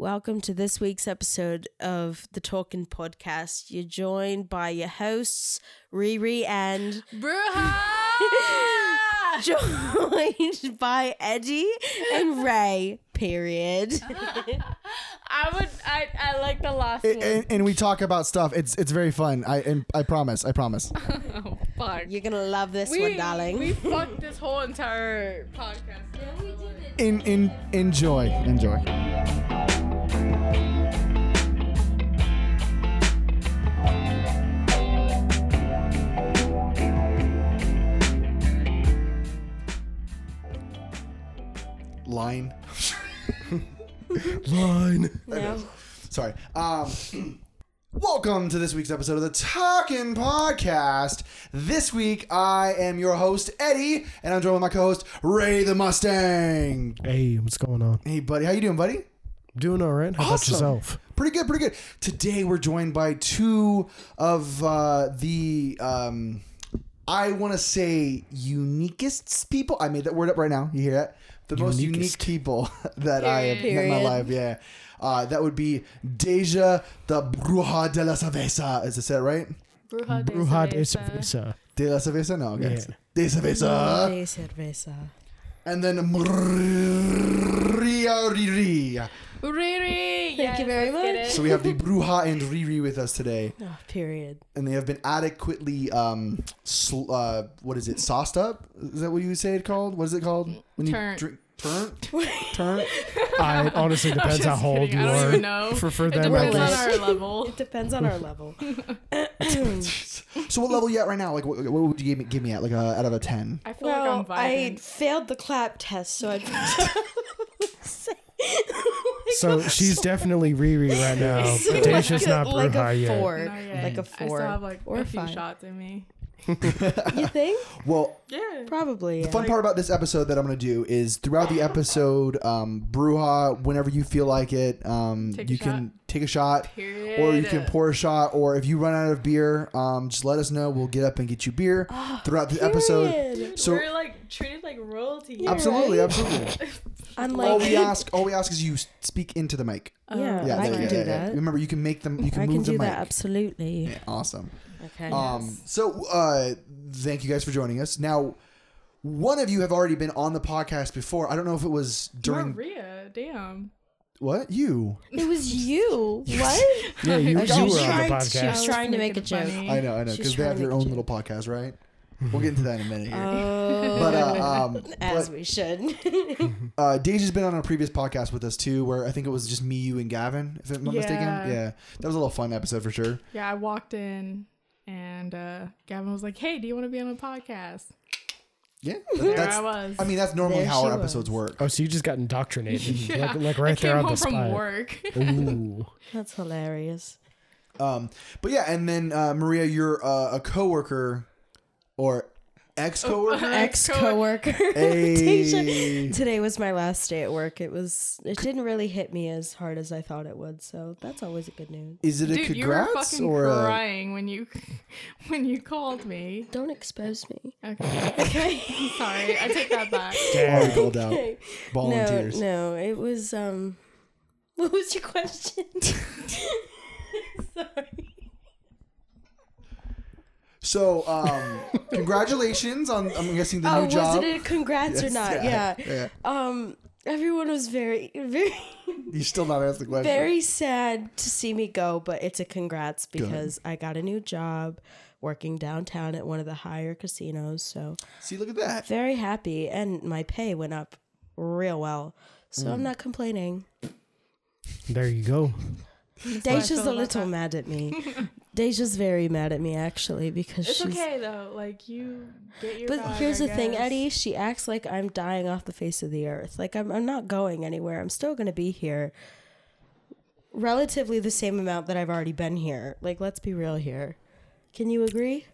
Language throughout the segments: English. Welcome to this week's episode of the Talking Podcast. You're joined by your hosts, Riri and Bruja! joined by Eddie and Ray. Period. I would. I, I like the last And- and, and we talk about stuff. It's it's very fun. I and I promise. I promise. one. Oh fuck. You're gonna love this one, darling. we fucked this whole entire podcast. In in enjoy enjoy. Line. Line. No. Sorry. Um, welcome to this week's episode of the Talking Podcast. This week, I am your host, Eddie, and I'm joined with my co-host, Ray the Mustang. Hey, what's going on? Hey, buddy. How you doing, buddy? Doing all right. How Awesome. about yourself? Pretty good, pretty good. Today, we're joined by two of uh, the... Um, I want to say uniquest people. I made that word up right now. You hear that? The most unique Uniquest. people that I have met in my Period. life. Yeah. Uh, that would be Deja the Bruja de la Cerveza. Is this it right? Bruja de Bruja de cerveza. cerveza. De la Cerveza? No, okay. it's Yeah. De Cerveza. De cerveza. And then Maria Riri. Riri. Thank you very let's So get we have the Bruja and Riri with us today. Oh, period. And they have been adequately, um, sl- uh, what is it, sauced up? Is that what you would say it called? What is it called? When you Turnt. drink. Turnt? Turnt? I it honestly depends how just old kidding. you I are. don't even know. For for It them, I depends on guess. our level. It depends on our level. So what level you at right now? Like, what, what would you give me, give me at? Like, a, out of a ten? I feel well, like I I'm vibing. failed the clap test, so I. So she's definitely Riri right now. So But Deja's a- not like Bruja a yet. four, Not yet. like a I still four have like or a a few five. shots in me. You think? Well, Yeah. Probably. The fun part about this episode that I'm going to do is throughout the episode, um, Bruja, whenever you feel like it, um, Take a you can take a shot, Period. or you can pour a shot, or if you run out of beer, um, just let us know. We'll get up and get you beer throughout the episode. Oh, Period. So We're like treated like royalty. Yeah. absolutely, right? absolutely. Unlike all we ask, all we ask is you speak into the mic. Oh, Yeah, Yeah, Uh, Um, I there can you do go. Yeah, yeah. that. Remember, you can make them. You can I move can do the mic. that absolutely. Yeah, awesome. Okay. Um, so uh, thank you guys for joining us. Now, one of you have already been on the podcast before. I don't know if it was during Maria, damn. what you. it was you. What? Yeah, you, you were on was the trying to- she was podcast. trying to make a joke. I know, I know, She's because they trying have to their make a own joke. little podcast, right? We'll get into that in a minute here. Oh, but uh, um, as but, we should. uh, Deja's been on a previous podcast with us too, where I think it was just me, you, and Gavin, if I'm not mistaken. Yeah. Yeah, that was a little fun episode for sure. Yeah, I walked in and uh, Gavin was like, "Hey, do you want to be on a podcast?" Yeah, There that's. I I, was. mean, that's normally There how she our episodes was. work. Oh, so you just got indoctrinated. Yeah. Like, like I right came there on home the from spot. work. Ooh. That's hilarious. Um, but yeah, and then uh, Maria, you're uh, a coworker or ex-coworker. Ex coworker. Hey. Today was my last day at work. It was. It didn't really hit me as hard as I thought it would. So that's always a good news. Is it a Dude, you were congrats fucking or uh, a, crying when you when you called me. Don't expose me. Okay, Okay. sorry, I take that back. oh, Damn. you called out volunteers? No, no, it was um. What was your question? Sorry. So, um, congratulations on I'm guessing the oh, new was job. it a congrats or not? Yeah. yeah. Um. Everyone was very, very, You still not asked the question. very sad to see me go, but it's a congrats because I got a new job working downtown at one of the higher casinos. So See, look at that. very happy, and my pay went up real well. So Mm. I'm not complaining. There you go. Deja's feel a about little that. mad at me. Deja's very mad at me actually because It's she's okay though. Like you get your. But bag, here's I the thing, guess. Eddie. She acts like I'm dying off the face of the earth. Like I'm, I'm not going anywhere. I'm still going to be here. Relatively the same amount that I've already been here. Like, let's be real here. Can you agree?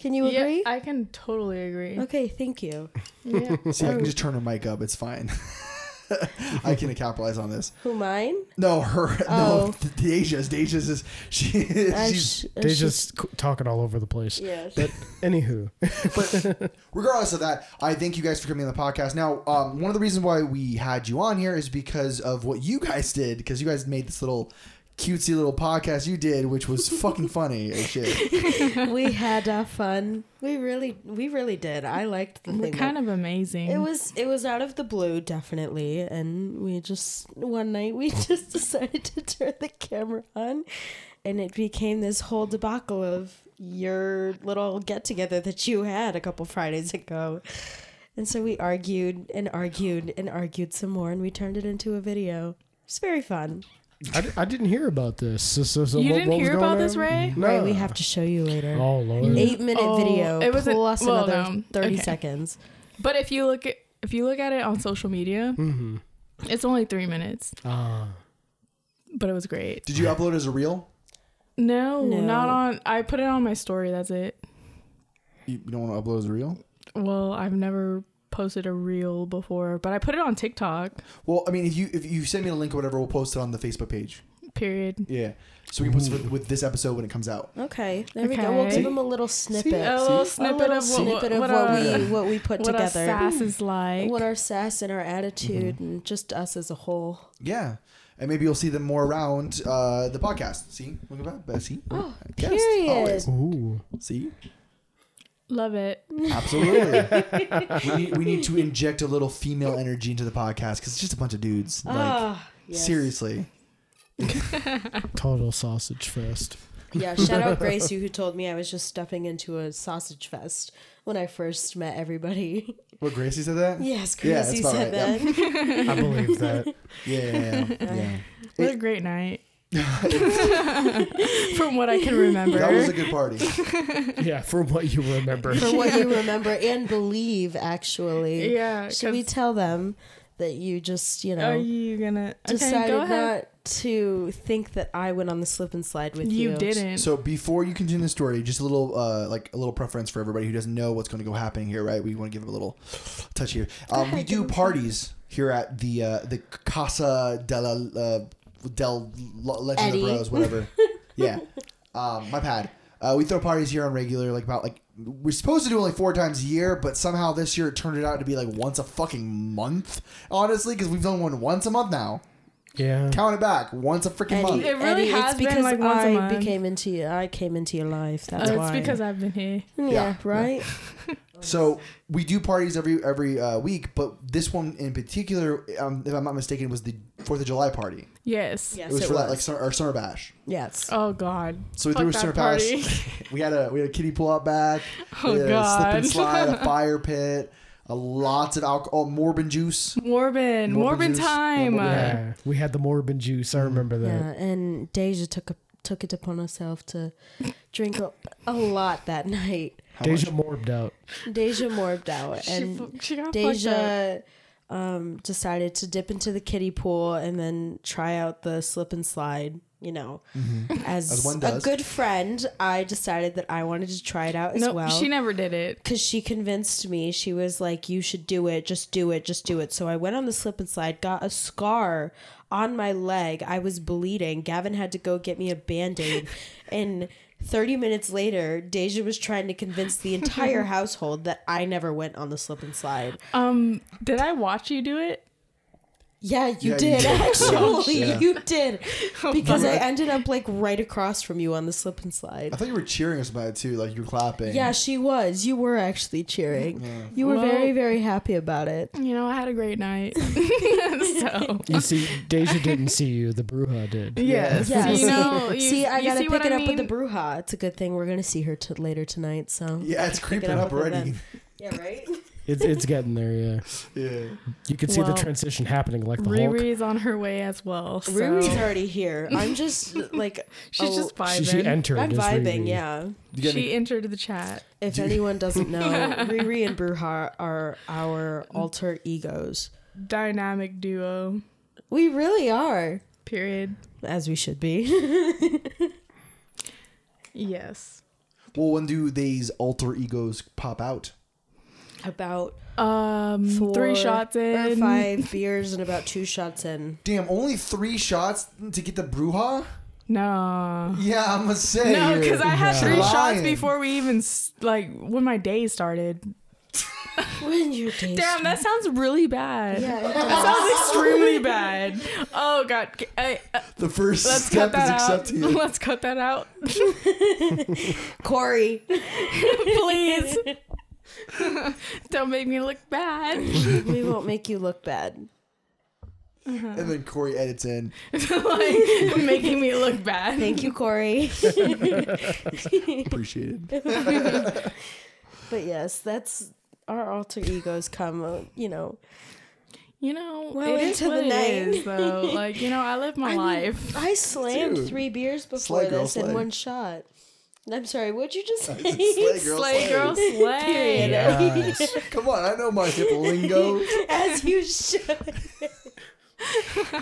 Can you Yeah, agree? I can totally agree. okay, thank you. Yeah. Oh. See, I can just turn her mic up. It's fine. I can capitalize on this. Who mine? No, her. Oh. No, Deja's. Deja's is she. I She's Uh, sh- I They sh- just c- talking all over the place. Yes. But anywho, but regardless of that, I thank you guys for coming on the podcast. Now, um, one of the reasons why we had you on here is because of what you guys did, because you guys made this little cutesy little podcast you did, which was fucking funny as shit. we had uh, fun. We really, we really did. I liked the We're thing. kind of amazing. it was it was out of the blue, definitely, and we just one night we just decided to turn the camera on, and it became this whole debacle of your little get together that you had a couple Fridays ago, and so we argued and argued and argued some more, and we turned it into a video. It's very fun. I, d- I didn't hear about this. So, so, so You what, didn't what was hear going about this, on? Ray? No. Right, we have to show you later. Oh lord. Eight minute Oh, video it was a- plus well, another no. thirty Okay. seconds. But if you look at if you look at it on social media, it's only three minutes. Mm-hmm. Ah. But it was great. Did you upload it as a reel? No, No. not on. I put it on my story. That's it. You you don't want to upload as a reel? Well, I've never posted a reel before, but I put it on TikTok. Well, I mean, if you if you send me a link or whatever, we'll post it on the Facebook page. Period. Yeah, so we can post it with, with this episode when it comes out. Okay, there we go. We'll Okay. give them a little snippet, A a little See? snippet little of what, snippet of what, our, we what we put what our together, sass is like. what our sass and our attitude, Mm-hmm. and just us as a whole. Yeah, and maybe you'll see them more around uh, the podcast. See, look at that. See, Oh, Guest, period. always. Ooh. see. Love it. Absolutely. we, need, we need to inject a little female energy into the podcast because it's just a bunch of dudes. like, Ah, yes. seriously. Total sausage fest. Yeah, shout out Grace, you who told me I was just stepping into a sausage fest when I first met everybody. What, Gracie said that? yes, Yeah, Grace, that's you about said right, that. I believe that. Yeah, yeah, yeah. yeah. What a great night. From what I can remember. That was a good party. Yeah, from what you remember. For what you remember and believe, actually. yeah. Should we 'cause- tell them that you just, you know, are you gonna okay, decided go ahead. not to think that I went on the slip and slide with you. you didn't. So before you continue the story, just a little uh, like a little preference for everybody who doesn't know what's going to go happening here, right? We want to give them a little touch here. Um, we do parties here at the uh, the Casa della uh, del L- Legend Eddie. of Rose, whatever. yeah, um, my pad. Uh, we throw parties here on regular, like about like we're supposed to do only four times a year, but somehow this year it turned it out to be like once a fucking month. Honestly, because we've done one once a month now. Yeah. Count it back, once a freaking month. Mm. Eddie, It really Eddie, has it's been, because like, once a I month. became into you. I came into your life. That's Oh, why. it's because I've been here. yeah, Yeah. right. So we do parties every every uh, week, but this one in particular, um, if I'm not mistaken, was the Fourth of July party. Yes. Yes, it was for that like summer, our summer bash. yes. Oh God. So we Fuck threw a that summer party. bash. we had a we had a kiddie pull out back. Oh, we had a slip God. and slide, a fire pit, a lots of alcohol, oh, Morbin juice. Morbin. Morbin Morbin juice. time. Yeah, Morbin Yeah. We had the Morbin juice. Mm, I remember Yeah, that. and Deja took a, took it upon herself to drink a, a lot that night. How Deja much? morbed out. Deja morbed out, She and fu- she got fucked up. Deja um, decided to dip into the kiddie pool and then try out the slip and slide. You know, as, Mm-hmm. As one a does. good friend, I decided that I wanted to try it out as No, well. she never did it. because she convinced me she was like you should do it just do it just do it so i went on the slip and slide got a scar on my leg i was bleeding gavin had to go get me a band-aid and 30 minutes later deja was trying to convince the entire household that i never went on the slip and slide Um, did I watch you do it? yeah you Yeah, you did did. actually Yeah. you did Oh, because i ended up like right across from you on the slip and I slide thought you were cheering us about it too, like you were clapping. yeah she was you were actually cheering you were Well- very very happy about it You know, I had a great night. so You see, Deja didn't see you. The Bruja did. yes, Yes. you know, you, see, I you gotta see pick what it I up with the mean? Bruja. It's a good thing we're gonna see her t- later tonight. So yeah, it's creeping up, up with already. them. yeah, right. It's, it's getting there, yeah. Yeah, You can see the Well, transition happening like the Hulk. Riri's on her way as well. So Riri's already here. I'm just like she's oh, just She, she vibing. entered I'm as vibing. Riri. Yeah. you She, got any- entered the chat. If anyone doesn't know, Riri and Bruja are our alter egos. Dynamic duo. We really are, Period. as we should be. Yes. well, when do these alter egos pop out? About Um, three Four shots or in. five beers and about two shots in. Damn, only three shots to get the brouhaha? No. Yeah, I'm gonna say. No, because I had three shots Lying. before we even s- like when my day started. When your day Damn, that sounds really bad. Yeah, it That sounds extremely bad. Oh god, K- I, uh, The 1st let's cut step is that out. accepting it. Let's cut that out, Corey. please. Don't make me look bad. we won't make you look bad. And then Corey edits in. like making me look bad. Thank you, Corey. Appreciated. But yes, that's our alter egos come, uh, you know. You know, Well it is into what the it night. is, though. Like you know, I live my mean, life. I slammed Dude. three beers before Slay girl, this in slay. Uh, one shot. I'm sorry, what'd you just say? Slay girl, Slay slay. girl, slay. Yes. Come on, I know my hip lingo. As you should.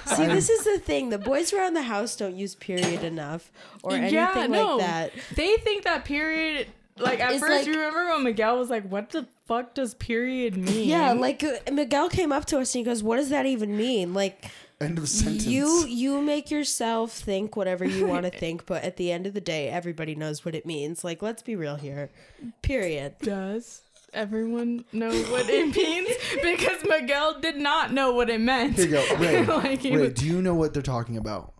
See, this is the thing. The boys around the house don't use period enough or anything Yeah, no. like that. They think that period. Like at It's first, like- you remember when Miguel was like, "What the fuck does period mean?" Yeah, like uh, Miguel came up to us and he goes, "What does that even mean?" Like End of sentence. you you make yourself think whatever you want to think, but at the end of the day, everybody knows what it means. Like, let's be real here. Period. does everyone know what it means? Because Miguel did not know what it meant. Here you go. Ray, Like he Ray, was- do you know what they're talking about?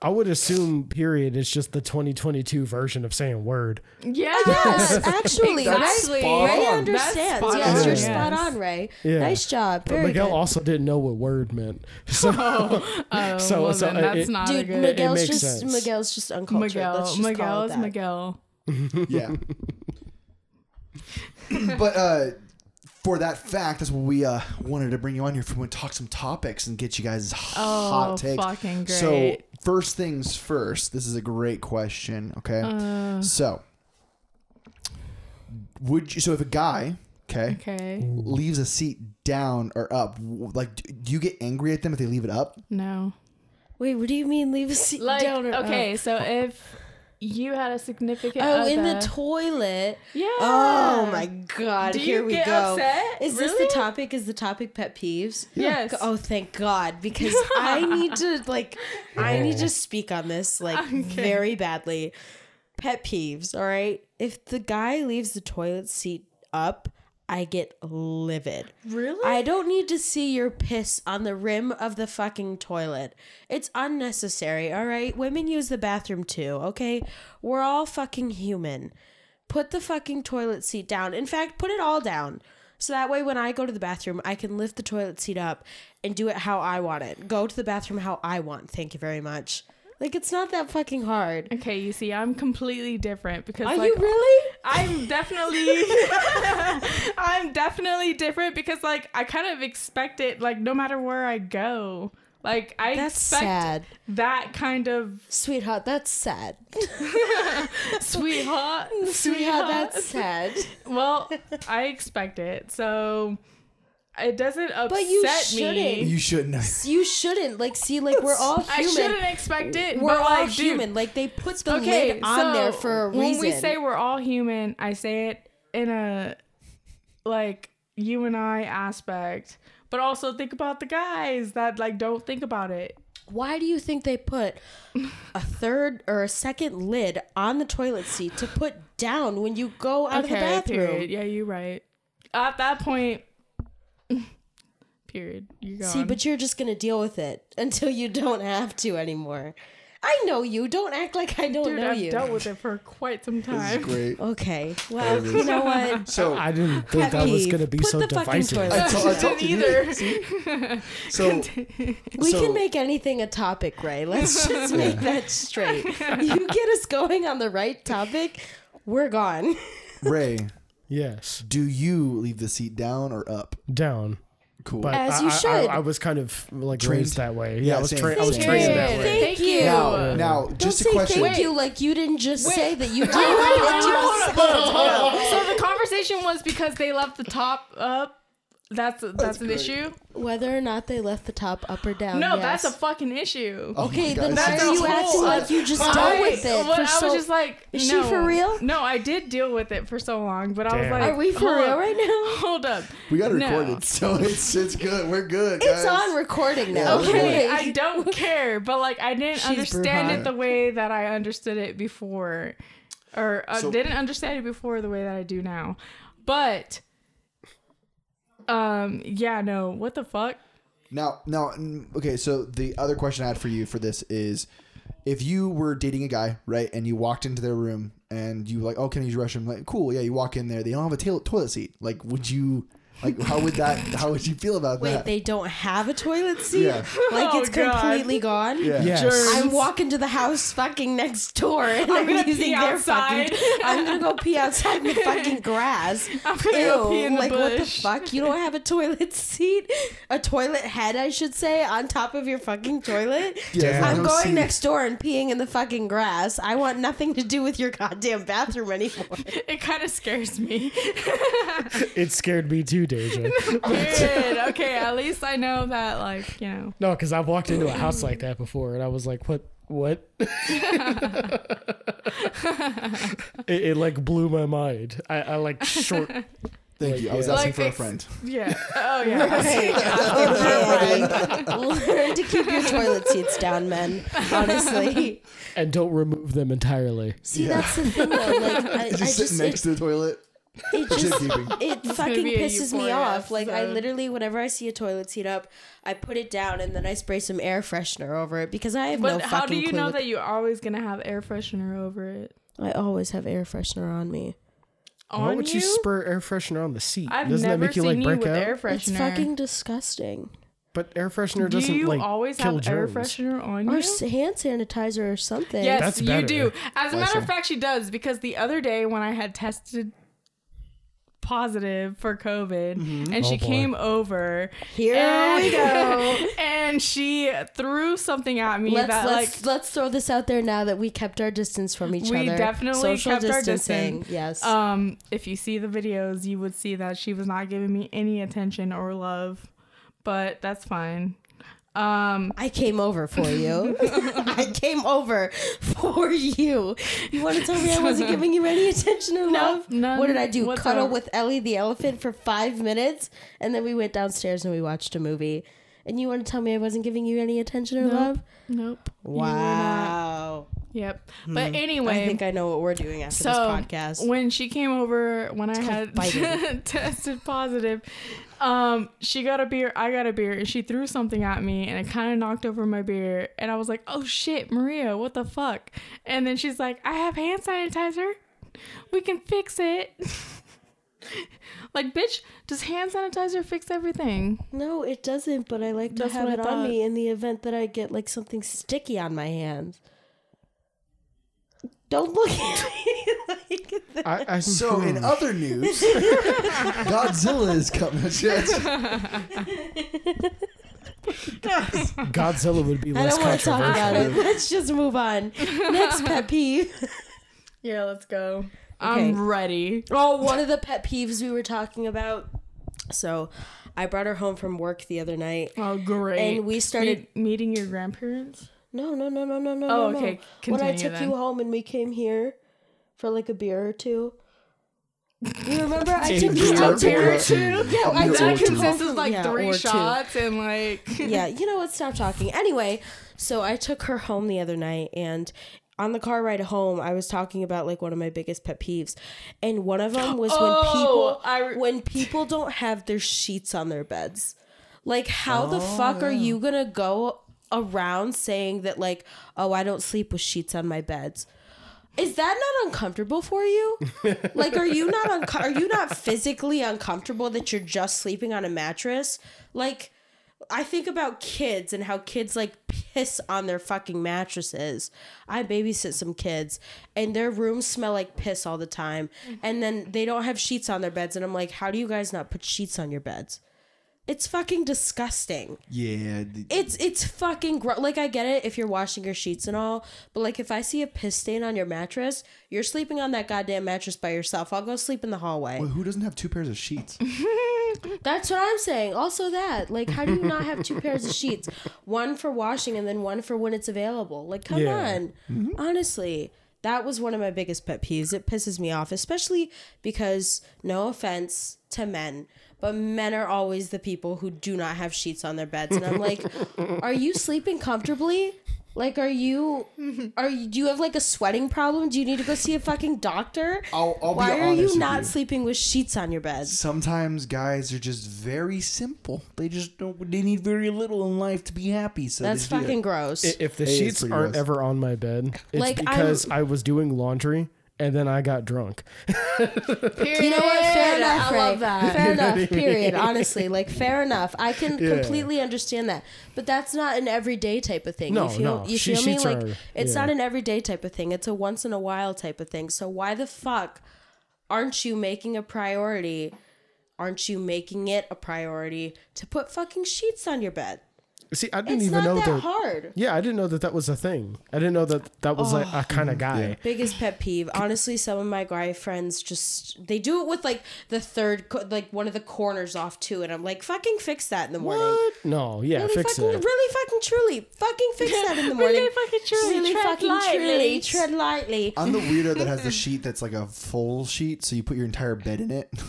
I would assume period is just the 2022 version of saying word. Yes. Yes, actually, Exactly. Ray, spot Ray on. That's understands. spot yes, on. you're Yes. spot on, Ray. Yeah. Nice job. But Very Miguel good. also didn't know what word meant. So Oh, So- well, so then it- that's it- not a Dude, good. Miguel's makes just sense. Miguel's just uncultured. Let's Miguel, just call Miguel it is that. Miguel. Yeah. but uh, for that fact, that's what we uh, wanted to bring you on here for. We want to talk some topics and get you guys hot takes. Oh, fucking So great. first things first. This is a great question. Okay. Uh. so would you? So if a guy, okay, Okay. leaves a seat down or up, w- like do- do you get angry at them if they leave it up? No. oh. Wait, what do you mean leave a seat Like down or up? okay, uh, so if you had a significant Oh, in the other- toilet. yeah. Oh my god, Do you here we get go. upset? Is this Really? the topic? Is the topic pet peeves? Yes. Oh thank God, because I need to like I need to speak on this like very badly. Pet peeves, all right? If the guy leaves the toilet seat up, I get livid. Really? I don't need to see your piss on the rim of the fucking toilet. It's unnecessary, all right? Women use the bathroom too, okay? We're all fucking human. Put the fucking toilet seat down. In fact, put it all down. So that way, when I go to the bathroom, I can lift the toilet seat up and do it how I want it. Go to the bathroom how I want. Thank you very much. Like, it's not that fucking hard. Okay, you see, I'm completely different because Are like you really? I'm definitely I'm definitely different because like I kind of expect it like no matter where I go. Like I That's expect sad. that kind of Sweetheart, that's sad. sweetheart. Sweetheart, that's sad. well, I expect it. So it doesn't upset you shouldn't. me. You shouldn't. You shouldn't. Like, see, like, we're all human. I shouldn't expect it. We're but all like, dude, human. like they put the okay, lid on so there for a reason. When we say we're all human, I say it in a like you and I aspect, but also think about the guys that like don't think about it. Why do you think they put a third or a second lid on the toilet seat to put down when you go out of the bathroom? period. Yeah, you're right. At that point, period. You're gone. See, but you're just gonna deal with it until you don't have to anymore. I know you. Don't act like I don't dude, know I've you. dealt with it for quite some This is time. great. Okay. Well, you know what? So I didn't think Pet that was peeve. going to be Put so the fucking divisive. toilet- I told- I told- Didn't either. So We So- can make anything a topic, Ray. Let's just make that straight. You get us going on the right topic, we're gone. Ray, Yes, do you leave the seat down or up? down. Cool. But As I- you I- I- should. I, was kind of like Trained. raised that way. Yeah, Yeah, I was same. trained. I was Same. trained that Period. way. Thank Thank you. you. now, now, Don't just a say question. thank you like you didn't just say that you did. That you So the conversation was because they left the top up That's that's, an great. issue. Whether or not they left the top up or down. no, Um, yes. that's a fucking issue. Oh Okay, my then God, why this are is you a acting whole like you just other dealt topic. with it? well, for I was so- just like, Is she no. for real? No, I did deal with it for so long, but I was Damn. like, Are we for hold real up, right now? Hold up, We got it No. recorded, so it's it's good. We're good. It's guys. on recording Yeah, now. it's Okay, okay. I don't care, but like I didn't She's understand brouhaha. it the way that I understood it before, or uh, So- didn't understand it before the way that I do now. But, um, yeah, no, what the fuck? Now, now, mm, okay. So the other question I had for you for this is, if you were dating a guy, right, and you walked into their room and you were like, oh, can I use your restroom? Like, cool, yeah. You walk in there, they don't have a tail- toilet seat. Like, would you, like, how would that? How would you feel about Wait, that? they don't have a toilet seat? Yeah. Like Oh, it's God. completely gone? yeah. Yes. I'm walking to the house fucking next door and I'm, gonna using pee their outside. fucking I'm gonna go pee outside in the fucking grass. I'm gonna go pee in the like what the bush. fuck? You don't have a toilet seat? A toilet head, I should say, on top of your fucking toilet? Yeah, Damn. I I'm don't going see- next door and peeing in the fucking grass. I want nothing to do with your goddamn bathroom anymore. It kind of scares me. It scared me too, Deja. Good. Okay, at least I know that, like, you know. No, because I've walked into a house like that before, and I was like, "What? What?" it, it like blew my mind. I, I like short. Thank you. I was Like, asking for a ex- friend. Yeah. Oh yeah. Yeah. Learn to keep your toilet seats down, men. Honestly, and don't remove them entirely. see Yeah. that's the thing though. Like I, I Just, just, sitting next it, to the toilet. it just Safekeeping. it gonna fucking be a pisses me euphoria off. Like I episode. literally, whenever I see a toilet seat up, I put it down and then I spray some air freshener over it because I have But no fucking how do you clue. know what- that you're always gonna have air freshener over it? I always have air freshener on me. On Why would you? spur air freshener on the seat? I've doesn't never that make you seen like you break with out? air freshener. It's fucking disgusting. but air freshener do doesn't you like always kill have air germs. freshener on Or you? s- hand sanitizer or something. Yes, That's you better. do. As a matter Lysol. of fact, she does because the other day when I had tested positive for COVID, and she Mm-hmm. Oh, boy. came over. Here and, we go. and she threw something at me Let's that let's, like let's throw this out there now that we kept our distance from each We other. definitely kept our distance. Yes. Um, if you see the videos, you would see that she was not giving me any attention or love, but that's fine. Um, I came over for you. I came over for you. You want to tell me I wasn't giving you any attention or love? none What did I do? Cuddle whatsoever. with Ellie the elephant for five minutes, and then we went downstairs and we watched a movie. And you want to tell me I wasn't giving you any attention or Nope. love? nope. you were not. Wow. Yep. But anyway, Hmm. I think I know what we're doing after so this podcast. when she came over, when I had tested positive, um, she got a beer, I got a beer, and she threw something at me, and it kind of knocked over my beer, and I was like, "Oh shit, Maria, what the fuck?" And then she's like, "I have hand sanitizer. We can fix it." like, bitch, does hand sanitizer fix everything? No, it doesn't, but I like to That's have what it I on thought. me in the event that I get like something sticky on my hands. Don't look at me like that. I, I, So Hmm. in other news, Godzilla is coming. Godzilla would be I less don't want to talk controversial. about it. Let's just move on. Next pet peeve. Yeah, let's go. Okay. I'm ready. Oh, one of the pet peeves we were talking about. So, I brought her home from work the other night. Oh, great. And we started- Meet- meeting your grandparents. No, no, no, no, no, no. Oh, no, okay. No. When I Continue took then. you home and we came here for like a beer or two. You remember I took you beer I or took you- two. Yeah, I took Beer or That you two. consists home- of like yeah, three or two. shots and like yeah, you know what? Stop talking. Anyway, so I took her home the other night and on the car ride home, I was talking about like one of my biggest pet peeves, and one of them was Oh, when people I re- when people don't have their sheets on their beds. Like, how the fuck Oh. are you gonna go around saying that like, oh, I don't sleep with sheets on my beds? Is that not uncomfortable for you? like, are you not unco- are you not physically uncomfortable that you're just sleeping on a mattress? Like, I think about kids and how kids like piss on their fucking mattresses. I babysit some kids and their rooms smell like piss all the time. And then they don't have sheets on their beds. And I'm like, how do you guys not put sheets on your beds? It's fucking disgusting. Yeah. the- It's it's fucking gro- like I get it if you're washing your sheets and all, but like if I see a piss stain on your mattress, you're sleeping on that goddamn mattress by yourself. I'll go sleep in the hallway. Who doesn't have two pairs of sheets? That's what I'm saying. Also, that like, how do you not have two pairs of sheets, one for washing and then one for when it's available? Like, come Yeah. on. Mm-hmm. Honestly, that was one of my biggest pet peeves. It pisses me off, especially because no offense to men, but men are always the people who do not have sheets on their beds, and I'm like, are you sleeping comfortably? Like, are you are you, do you have like a sweating problem? Do you need to go see a fucking doctor? I'll- I'll be Why are honest you with not you. sleeping with sheets on your bed? Sometimes guys are just very simple. They just don't. They need very little in life to be happy. So That's they do that. fucking gross. I- If the Hey, it's sheets pretty aren't gross. ever on my bed, it's Like, I'm- because i was doing laundry and then I got drunk. Period. you know what? Fair I enough. love Ray. that. Fair enough. Period. Honestly, like fair enough. I can Yeah. completely understand that, but that's not an everyday type of thing. No, you feel, no. You She- feel me? sheets Like are- it's yeah. not an everyday type of thing. It's a once in a while type of thing. So why the fuck aren't you making a priority? Aren't you making it a priority to put fucking sheets on your bed? See, I didn't It's not even know that that. hard. Yeah, I didn't know that that was a thing. I didn't know that that was like a kind of guy. biggest pet peeve honestly some of my guy friends just they do it with like the third co- like one of the corners off too and i'm like fucking fix that in the morning What? No, yeah, really fix fucking it. really fucking truly fucking fix that in the morning Really fucking truly, really tread fucking lightly. truly tread lightly Uh, I'm the weirdo that has the sheet that's like a full sheet, so you put your entire bed in it.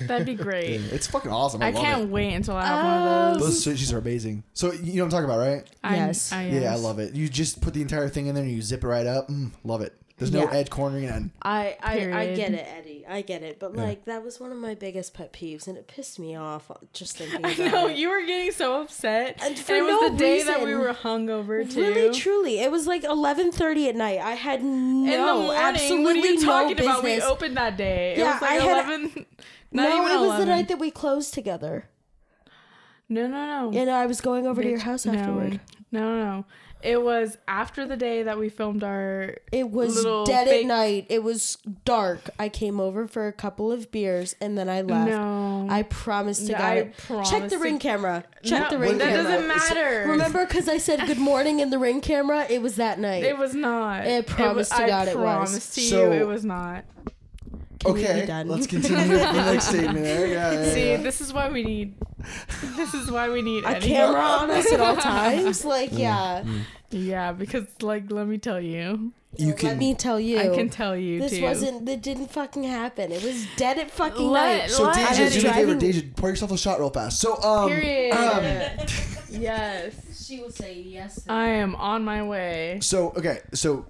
That'd be great. it's fucking awesome. I, I love can't It. wait until I have one of those. Those sheets are amazing. So you know what I'm talking about, right? I'm- Oh, Yes. I Yeah, I love it. You just put the entire thing in there and you zip it right up. Mm, love it. There's no Yeah. edge cornering and I, I I Period. get it, Eddie. I get it. But like that was one of my biggest pet peeves, and it pissed me off uh, just thinking about No, it. you were getting so upset. And And, for it was no the day that we reason. were hungover too. Really, truly, it was like eleven thirty at night. I had no, in the morning, absolutely what are you talking no about? We business. opened that day. Yeah, it was like I had- 11. Not No, even it was 11. the night that we closed together. No, no, no. And I was going over to your Bitch, house no. afterward. No, no, no. It was after the day that we filmed our. It was Little dead fake- at night. It was dark. I came over for a couple of beers and then I left. No. I promised to No, God. I it. Check promise the to- ring camera. Check No, the ring That camera. doesn't matter. Remember, because I said good morning in the ring camera? It was that night. It was not. I It promise was- to God I it was. promise to you So- it was not. we be okay. done? Let's continue with the next statement. There. Yeah, yeah, See, yeah. this is why we need. This is why we need a Eddie. camera on us at all times. Like, yeah. Yeah, because like, let me tell you, you can. Let me tell you. I can tell you This too. wasn't, it didn't fucking happen. It was dead at fucking Let- night. so Why? I Deja, was do me a favor. driving- Deja, pour yourself a shot real fast. So um, Period. um, yes, She will say yes. I am on my way. So okay, so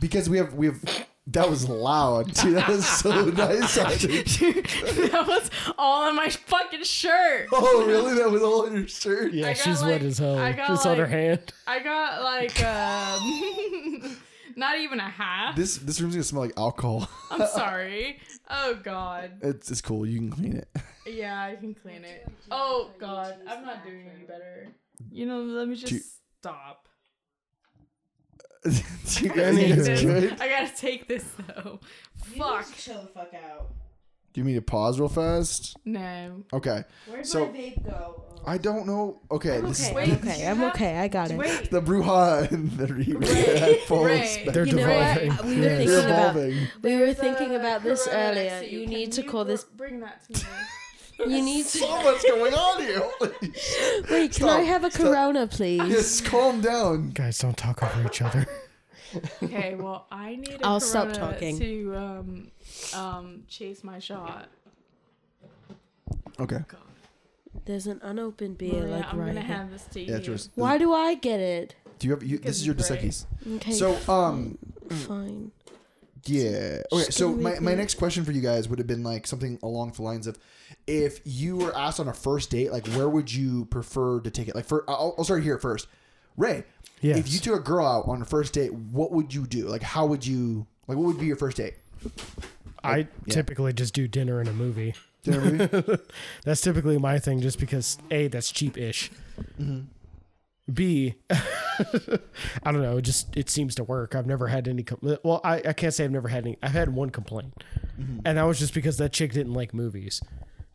because we have we have that was loud. Dude, that was so nice. that was all in my fucking shirt. Oh really? That was all on your shirt. Yeah, I got, she's like- wet as hell. I got, Just on her like- hand. I got like um, not even a half. This this room's gonna smell like alcohol. I'm sorry. Oh god. It's it's cool. You can clean it. Yeah, I can clean it. Oh god, I'm not doing any better. You know, let me Do- just stop. Do you guys think Anywho. Take it's this. good? I gotta take this though. Fuck. Chill the fuck out. Do you mean to pause real fast? No. Okay. Where'd So- my vape go? I don't know. Okay, this is Okay, Wait, I'm do okay, you I'm have- okay. I got it. Wait. the brouhaha and the re- full Ray. spectrum. They're You know devolving. what? We were Yeah. thinking They're about evolving. we were thinking Uh, about this Corona earlier. next to You Can need to call br- this. Bring that to me. You need to So much going on here. Holy shit. wait. Can I Stop. have a Stop. Corona, please? Just calm down. Guys, don't talk over each other. okay, well, I need. A I'll I'll stop stop talking. to um um chase my shot. Okay. There's an unopened beer, Maria, like I'm right gonna here. have this to you. Yeah, Joyce. Why do I get it? Do you have you, this Because is your you're Ray. Desekis. Okay, So um fine. Yeah. Okay. just So gonna my, make my me- next question for you guys would have been like something along the lines of, if you were asked on a first date, like where would you prefer to take it? Like for I'll, I'll start here first. Ray, if Yes. you took a girl out on a first date, what would you do? Like how would you like what would be your first date? I typically just do dinner and a movie. Do you know what I mean? That's typically my thing, just because a that's cheap ish. B, I don't know. It just it seems to work. I've never had any. Com- well, I, I can't say I've never had any. I've had one complaint, and that was just because that chick didn't like movies,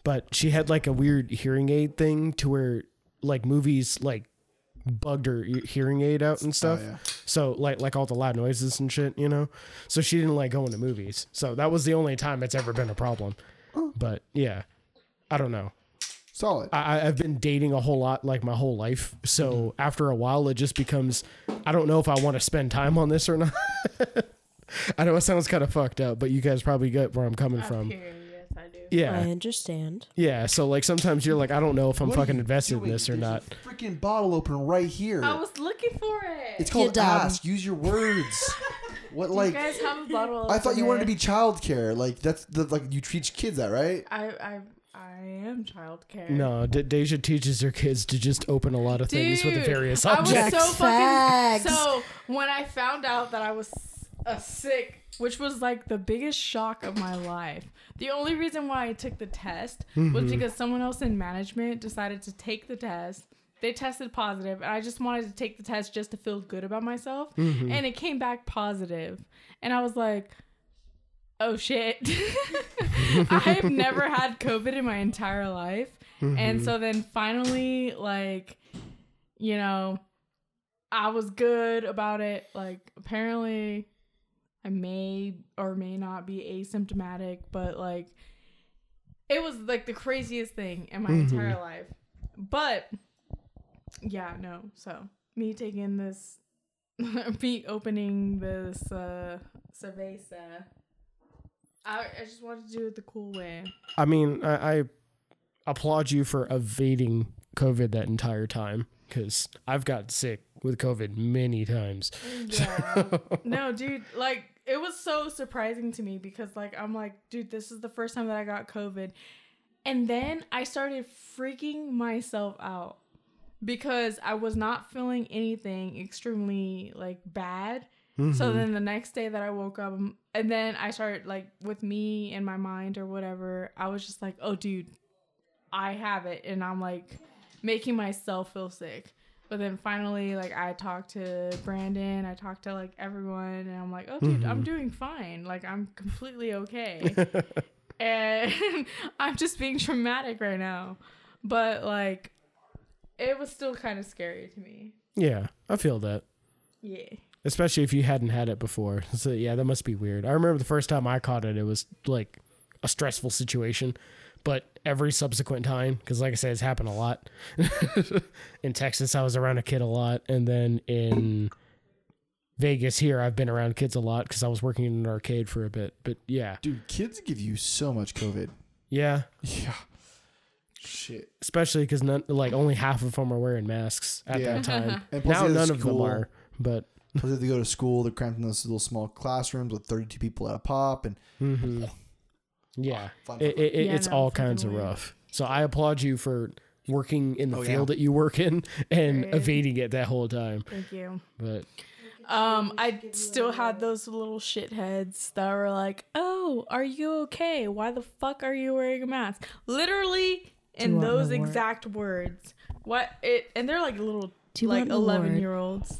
but she had like a weird hearing aid thing to where like movies like bugged her ear- hearing aid out and stuff. yeah. So like like all the loud noises and shit, you know. So she didn't like going to movies. So that was the only time it's ever been a problem. But yeah. I don't know. Solid. I, I- I've been dating a whole lot like my whole life. So after a while, it just becomes I don't know if I want to spend time on this or not. I know it sounds kind of fucked up, but you guys probably get where I'm coming from. yes, I do. I Yeah. understand. Yeah. So, like, sometimes you're like, I don't know if I'm What are fucking you invested in doing? this or There's not. A freaking bottle open right here. I was looking for it. it's called You're dumb. ask. Use your words. what you like? guys have a bottle. I thought you wanted to be childcare. Like that's the like you teach kids that, right? I I I am childcare. No, De- Deja teaches her kids to just open a lot of things with the Dude, various I was objects. so Facts, fucking. facts. So when I found out that I was a sick, which was like the biggest shock of my life. The only reason why I took the test was because someone else in management decided to take the test. They tested positive, and I just wanted to take the test just to feel good about myself. And it came back positive, and I was like, oh shit i've never had covid in my entire life and so then finally like you know i was good about it like apparently i may or may not be asymptomatic but like it was like the craziest thing in my entire life but yeah no so me taking this me opening this uh cerveza I, I just wanted to do it the cool way. I mean, I, I applaud you for evading COVID that entire time because I've gotten sick with COVID many times. Yeah. no, dude, like it was so surprising to me because like I'm like, dude, this is the first time that I got COVID. And then I started freaking myself out because I was not feeling anything extremely like bad. So then the next day that I woke up um, and then I started like with me and my mind or whatever, I was just like, "Oh dude, I have it." And I'm like making myself feel sick. But then finally, like I talked to Brandon, I talked to like everyone, and I'm like, oh, dude, I'm doing fine. Like I'm completely okay, and I'm just being dramatic right now. But like, it was still kind of scary to me. Yeah, I feel that. Yeah. Especially if you hadn't had it before. So, yeah, that must be weird. I remember the first time I caught it, it was like a stressful situation. But every subsequent time, because like I said, it's happened a lot. in Texas, I was around a kid a lot. And then in Vegas, here, I've been around kids a lot because I was working in an arcade for a bit. But yeah. Dude, kids give you so much COVID. Yeah. Yeah. Shit. especially because none like only half of them are wearing masks at Yeah. that time. And plus now they go to none of them school- are, but Plus, if they go to school, they're cramped in those little small classrooms with 32 people at a pop. And mhm. yeah, Fun, it, it, it- Yeah, it's no, all it's fucking kinds of weird. rough. So I applaud you for working in the Oh, yeah. field that you work in and Right. evading it that whole time. Thank you. But Um, I still had those little shitheads that were like, "Oh, are you okay? Why the fuck are you wearing a mask?" Literally in want those more? exact words. What it? And they're like little, Do you like want more? eleven year olds. yeah.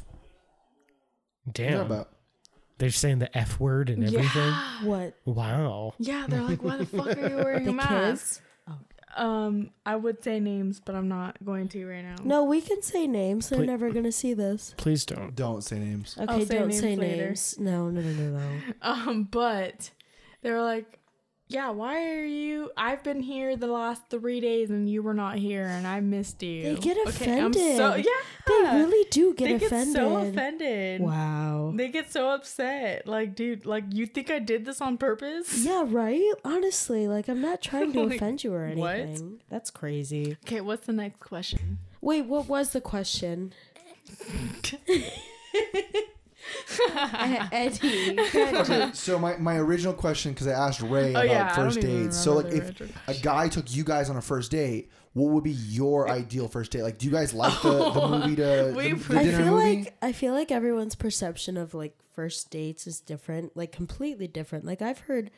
damn, about they're saying the f word and everything. Yeah, What Wow. yeah. They're like, "Why the fuck are you wearing the a mask?" kids? Um, I would say names, but I'm not going to right now. No, we can say names. They're Please- never gonna see this. Please don't. don't say names. Okay, I'll say don't names say later. names. No, no, no, no, no. Um, but they were like, "Yeah, why are you? I've been here the last three days, and you were not here, and I missed you." They get I'm so offended. yeah, They really do get They get offended. so offended. Wow. They get so upset. Like, dude, like you think I did this on purpose? yeah, right? Honestly, like I'm not trying to Like, offend you or what? anything. That's crazy. Okay, what's the next question? Wait, what was the question? Eddie. Eddie. So, my, my original question, because I asked Ray about Oh, yeah, I don't first even dates. So, like, remember if the original a guy took you guys on a first date, what would be your ideal first date? Like, do you guys like the, the movie to We- the, the I dinner feel movie? like I feel like everyone's perception of like first dates is different, like completely different. Like I've heard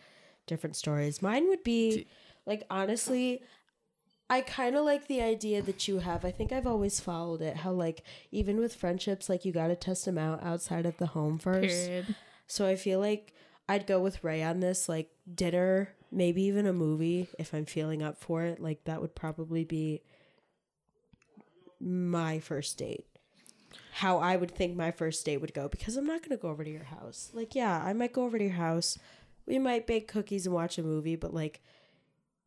different stories. Mine would be like honestly, I kind of like the idea that you have. I think I've always followed it how like even with friendships, like you got to test them out outside of the home first. Period. So I feel like I'd go with Ray on this, like dinner, maybe even a movie if I'm feeling up for it. Like that would probably be my first date. How I would think my first date would go because I'm not going to go over to your house. Like, yeah, I might go over to your house. We might bake cookies and watch a movie, but like,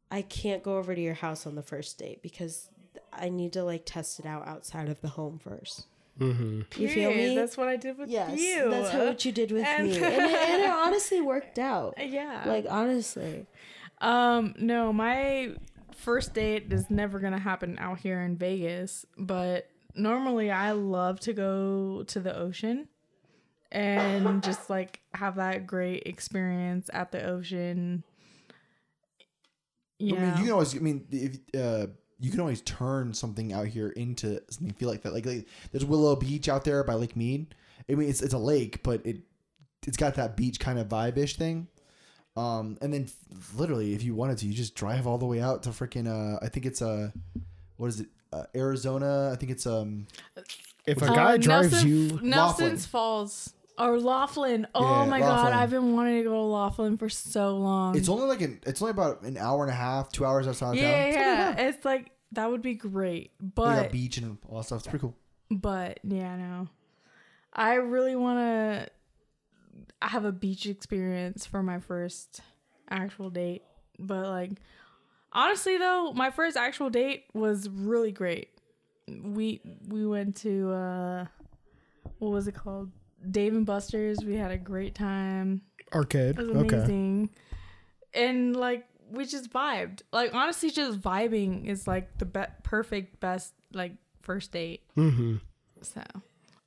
I can't go over to your house on the first date because I need to like test it out outside of the home 1st You feel Period. me? That's what I did with yes, you. that's how, what you did with And- me, and it, and it honestly worked out. Yeah. Like honestly, Um, no, my first date is never gonna happen out here in Vegas, but normally I love to go to the ocean and just like have that great experience at the ocean. I mean, Yeah. you can always. I mean, if, uh, you can always turn something out here into something. Feel like that. Like, like there's Willow Beach out there by Lake Mead. I mean, it's it's a lake, but it it's got that beach kind of vibe-ish thing. Um, and then f- literally, if you wanted to, you just drive all the way out to freaking. Uh, I think it's uh, what is it? Uh, Arizona. I think it's um. If a Uh, guy drives Nelson- you, Nelson's Falls or Laughlin. Oh Yeah, my god, Laughlin. I've been wanting to go to Laughlin for so long. It's only like an. It's only about an hour and a half, two hours outside of Um, yeah, town. yeah. It's like that would be great. They But got beach and all that stuff. It's pretty cool. But yeah, no. I really want to have a beach experience for my first actual date. But like honestly though, my first actual date was really great. We we went to uh what was it called? Dave and Buster's. We had a great time. arcade. It was Okay. amazing. And like we just vibed. Like honestly just vibing is like the be- perfect best like first date. Mm-hmm. So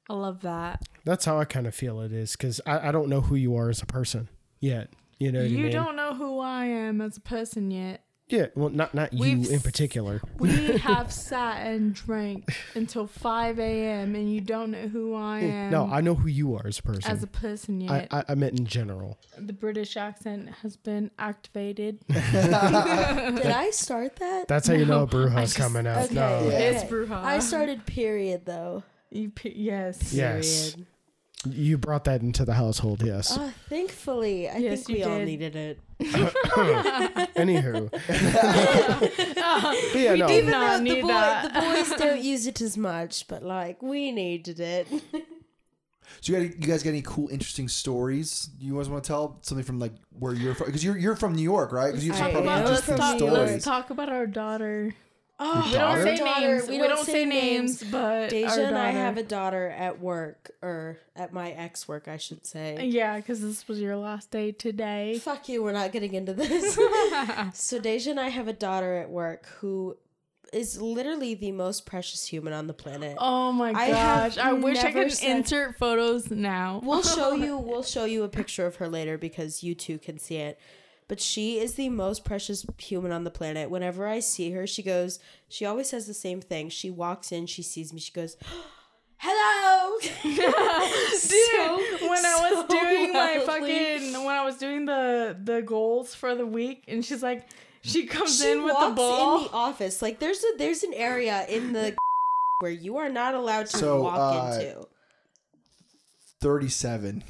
I love that. That's how I kind of feel it is because I, I don't know who you are as a person yet. You know what I you mean? don't know who I am as a person yet. Yeah. Well, not not We've you in particular. We have sat and drank until 5 a.m. and you don't know who I am No, I know who you are as a person. as a person yet. I, I, I meant in general. the British accent has been activated. did I start that? That's how you know a I Bruja's just- coming out. Okay. No, Yeah. It's Okay. Bruja. I started period though. You pe- yes. Yeah. Yes. Period. you brought that into the household. Yes. Oh, thankfully, I Yes, think you we all did. needed it. Anywho. But yeah. No. did Even not though the, need boy, that. the boys don't use it as much, but like we needed it. So you, got, you guys got any cool, interesting stories you guys want to tell? Something from like where you're from? Because you're you're from New York, right? Because you Let's have talk some about- let's, interesting talk, let's stories. talk about our daughter. Oh, We don't say daughter? names. We, don't, say names, but our Deja and I daughter. have a daughter at work, or at my ex work, I should say. Yeah, because this was your last day today. Fuck you, we're not getting into this. so, Deja and I have a daughter at work who is literally the most precious human on the planet. Oh my I have gosh! I wish I never could said- insert photos now. We'll show you. We'll show you a picture of her later because you two can see it. But she is the most precious human on the planet. Whenever I see her, she goes. She always says the same thing. She walks in. She sees me. She goes, "Hello." Dude, when I was so doing my loudly. fucking when I was doing the the goals for the week, and she's like, she comes she in with walks the ball. in the office. Like there's a there's an area in the where you are not allowed to So, walk uh, into. Thirty-seven.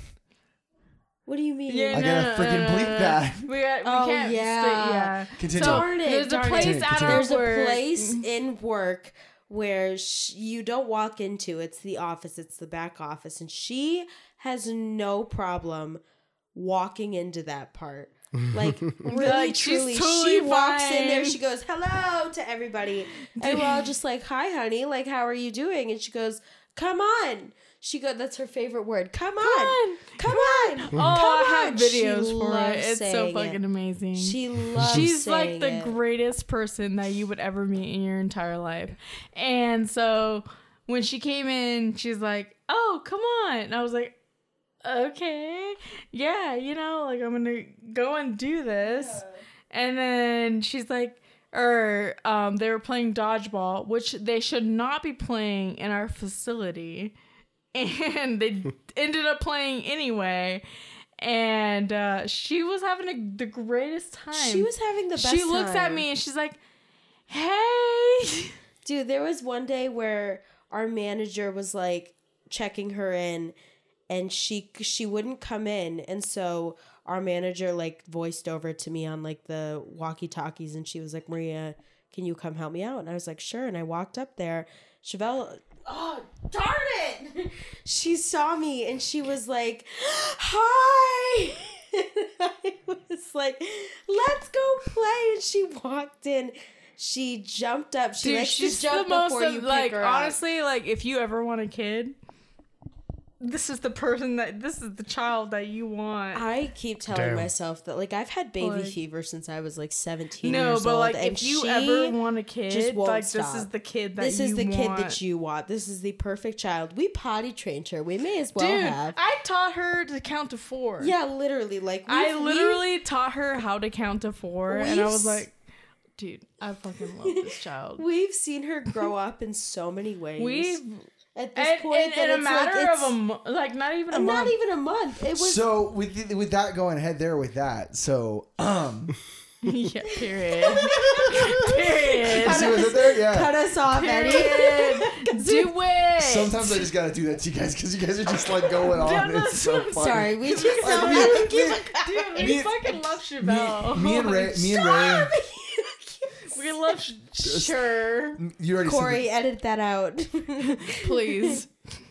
What do you mean? yeah, no, I gotta no, no, freaking no, bleep no. that. We, got, we Oh, can't. yeah. say- yeah. Continue. So Darn it, there's darn a it. place at Continue. our There's a work- place in work where sh you don't walk into. It's the office, it's the back office. And she has no problem walking into that part. Like, really, Like, she's truly, she totally walks in there, fine. she goes, hello to everybody. And we're all just like, hi, honey, like, how are you doing? And she goes, come on. She go. That's her favorite word. Come on, on. come on, Oh, come I have on." She videos for loves it. It's so saying it. fucking amazing. She loves. She's like saying the it. greatest person that you would ever meet in your entire life. And so when she came in, she's like, "Oh, come on." And I was like, "Okay. Yeah, you know, like I'm going to go and do this." And then she's like, or um, they were playing dodgeball, which they should not be playing in our facility. And they ended up playing anyway. And uh, she was having a, the greatest time. She was having the best. She looks at time. me and she's like, "Hey." dude. There was one day where our manager was like checking her in, and she she wouldn't come in, and so our manager like voiced over to me on like the walkie talkies, and she was like, "Maria, can you come help me out?" And I was like, "Sure." And I walked up there. Chevelle, oh darn it! She saw me and she was like, "Hi." I was like, let's go play. And she walked in. She jumped up. She Dude, likes she's to jump the most before of, you pick like her up. honestly, like if you ever want a kid, this is the person that this is the child that you want. I keep telling Damn. myself that like I've had baby Like- fever since I was like 17 no, years but old. like and if you she, ever want a kid, won't like stop. this is the kid that this is you the kid want. that you want. This is the perfect child. We potty trained her. We may as well Dude, have. I taught her to count to four. yeah, literally. Like I we've- we- literally taught her how to count to four, and I We've s- was like, dude, I fucking love this child. We've seen her grow up in so many ways. We've at this and, point and, that in a it's like, matter it's- of a mo- like not even a not month. even a month. It was So with with that going ahead there with that, so um, yeah, period. period. see what's up there? Yeah. cut us off, Eddie. Period. Do it. Sometimes I just gotta do that to you guys because you guys are just like going on. no, It's so I'm funny. Sorry, we just Like, don't me- really give me- a Dude, we Me- fucking love Chevelle. me, me and Ray, me and Ray, we love Ch- sure. you already said Corey, edit that out. Please.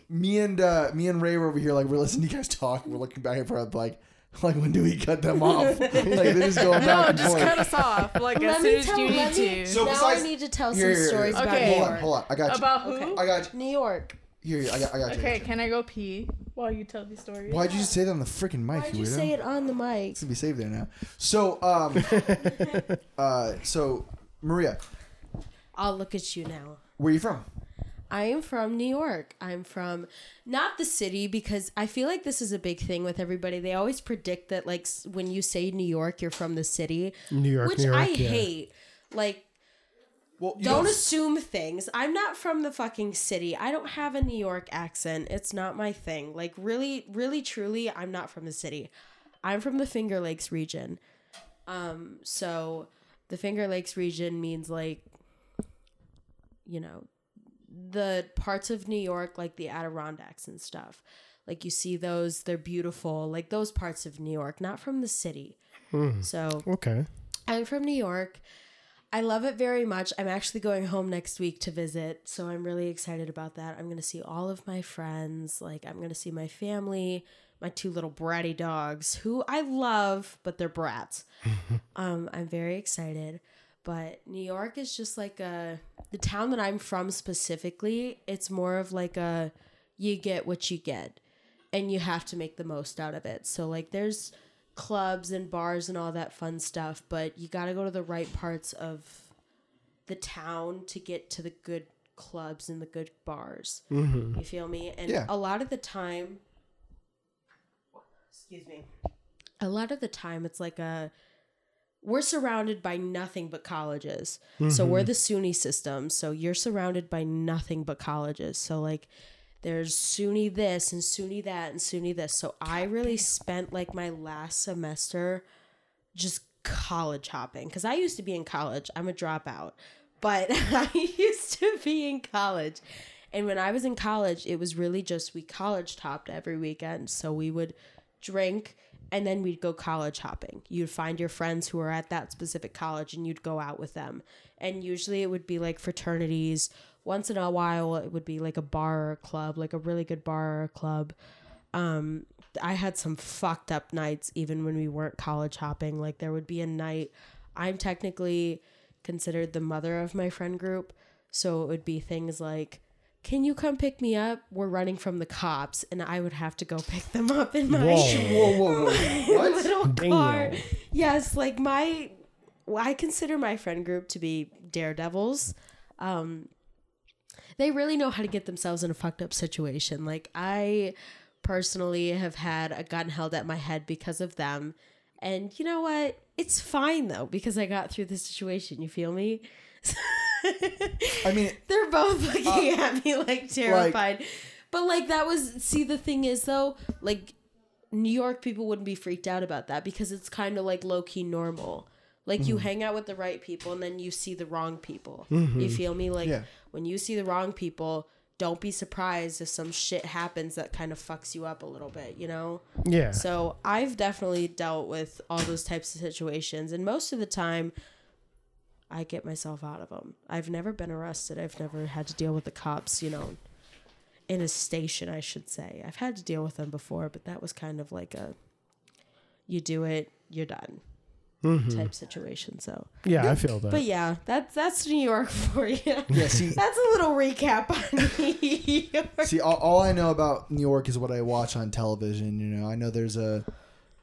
me and uh, me and Ray were over here like we're listening to you guys talk. We're looking back and forth like like when do we cut them off? like they're just going back No, and just forth. cut us off. Like as soon as you let need me, to. So now besides- I need to tell Here, here, some here. stories about New Okay. hold York. on, hold on. I got you. About who? I got you. New York. Here, here, I got, I got you. Okay, can I go pee while you tell these stories? Why'd you just say that on the freaking mic? Why'd you weirdo? say it on the mic? It's gonna be saved there now. So um, uh, so Maria, I'll look at you now. where are you from? I am from New York. I'm from not the city because I feel like this is a big thing with everybody. They always predict that like s- when you say New York, you're from the city, New York, which New York. I yeah. hate. Like Well, you don't don't- assume things. I'm not from the fucking city. I don't have a New York accent. It's not my thing. Like really, really, truly, I'm not from the city. I'm from the Finger Lakes region. Um, so the Finger Lakes region means like, you know, the parts of New York like the Adirondacks and stuff. Like you see those, they're beautiful. Like those parts of New York, not from the city. So Okay. I'm from New York. I love it very much. I'm actually going home next week to visit, so I'm really excited about that. I'm going to see all of my friends. Like, I'm going to see my family, my two little bratty dogs, who I love, but they're brats. um, I'm very excited. But New York is just like a, the town that I'm from specifically, it's more of like a, you get what you get and you have to make the most out of it. So like there's clubs and bars and all that fun stuff, but you got to go to the right parts of the town to get to the good clubs and the good bars. You feel me? And Yeah. a lot of the time excuse me. A lot of the time it's like a we're surrounded by nothing but colleges. So we're the SUNY system. So you're surrounded by nothing but colleges. So like there's SUNY this and SUNY that and SUNY this. So I really spent like my last semester just college hopping because I used to be in college. I'm a dropout, but I used to be in college. And when I was in college, it was really just we college hopped every weekend. So we would drink and then we'd go college hopping. You'd find your friends who were at that specific college and you'd go out with them. And usually it would be like fraternities. Once in a while, it would be like a bar or a club, like a really good bar or a club. Um, I had some fucked up nights even when we weren't college hopping. Like there would be a night I'm technically considered the mother of my friend group. So it would be things like, Can you come pick me up? We're running from the cops and I would have to go pick them up in my Whoa. Whoa, whoa, whoa! what? little Damn. car. Yes, like my well, I consider my friend group to be daredevils. Um they really know how to get themselves in a fucked up situation. Like I personally have had a gun held at my head because of them. And you know what? It's fine though because I got through the situation, you feel me? I mean, They're both looking at me like terrified. but like that was see the thing is though, like New York people wouldn't be freaked out about that because it's kind of like low key normal. Like you hang out with the right people and then you see the wrong people. You feel me? Like Yeah. when you see the wrong people, don't be surprised if some shit happens that kind of fucks you up a little bit, you know? Yeah. So I've definitely dealt with all those types of situations, and most of the time, I get myself out of them. I've never been arrested. I've never had to deal with the cops, you know, in a station, I should say. I've had to deal with them before, but that was kind of like a you do it, you're done Mm-hmm. type situation. So, Yeah, I feel that. but yeah, that's that's New York for you. Yeah, see, That's a little recap on New York. see, all, all I know about New York is what I watch on television. You know, I know there's a.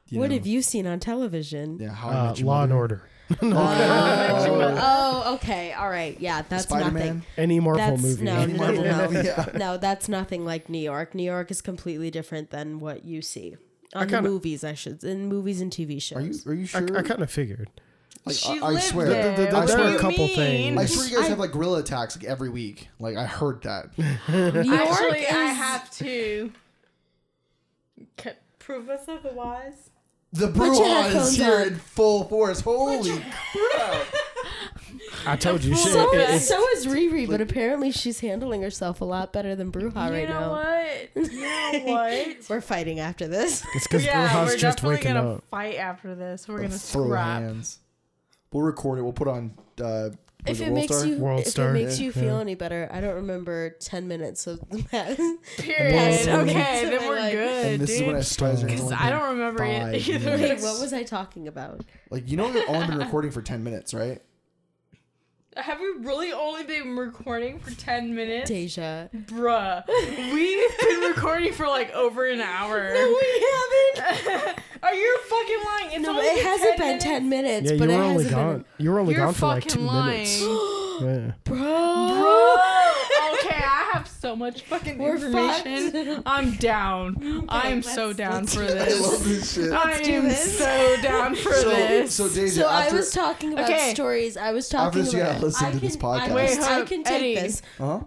You What know, have you seen on television? Yeah, how I uh, met your Law and mother. Order. Oh, okay, all right, yeah, that's Spider-Man. nothing. Any Marvel That's movie. no, no, no, no, Marvel no. movie, yeah. no, that's nothing like New York. New York is completely different than what you see on the kinda- movies. I should in movies and TV shows. Are you are you I, sure? I kind of figured. Like, She I, I lived swear. there. The- the- What there do were a you couple mean? things. I swear you guys have like gorilla attacks like every week. Like I heard that. New York Actually, I is- have to c- prove us otherwise. The your Bruins headphones here on. in full force. Holy crap! I told you. shit, So, it- is, it's- so is Riri, but apparently she's handling herself a lot better than Bruja right you know now. what? You know what? We're fighting after this. it's because yeah, we're Bruja's just definitely waking gonna up. fight after this. We're gonna Throw scrap. hands. We'll record it. We'll put on. Uh, If was it World makes Star? you, World if Star, it makes you feel yeah. any better, I don't remember ten minutes of the past. Period. Yeah. Okay, Yeah. then we're Like- good, and this dude. is when I started. Because I don't remember it either. Wait, what was I talking about? Like you know, we've only been recording for ten minutes, right? Have we really only been recording for 10 minutes? Deja. Bruh. We've been recording for like over an hour. we haven't. Are you fucking lying? It's No, only it hasn't been minutes. ten minutes. Yeah, you but were it only hasn't gone. been, You were only You're gone for like two fucking lying. minutes. Yeah. bro. Bro. okay, I have so much fucking We're information. I'm down. I am so down for I this. love this shit. I do am this. so down for So, this. so Deja, So after, I was talking about Okay. stories. I was talking After this, you about. gotta listen I to this can- I podcast. Wait, can- I hold can up, take Eddie. this. huh?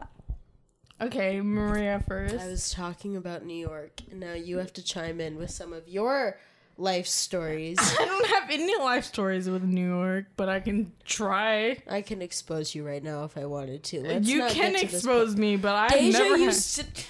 okay, Maria first. I was talking about New York, and now you have to chime in with some of your life stories. I don't have any life stories with New York, but I can try. I can expose you right now if I wanted to. Let's you not can get to this expose me, but I point. Deja never used to. had.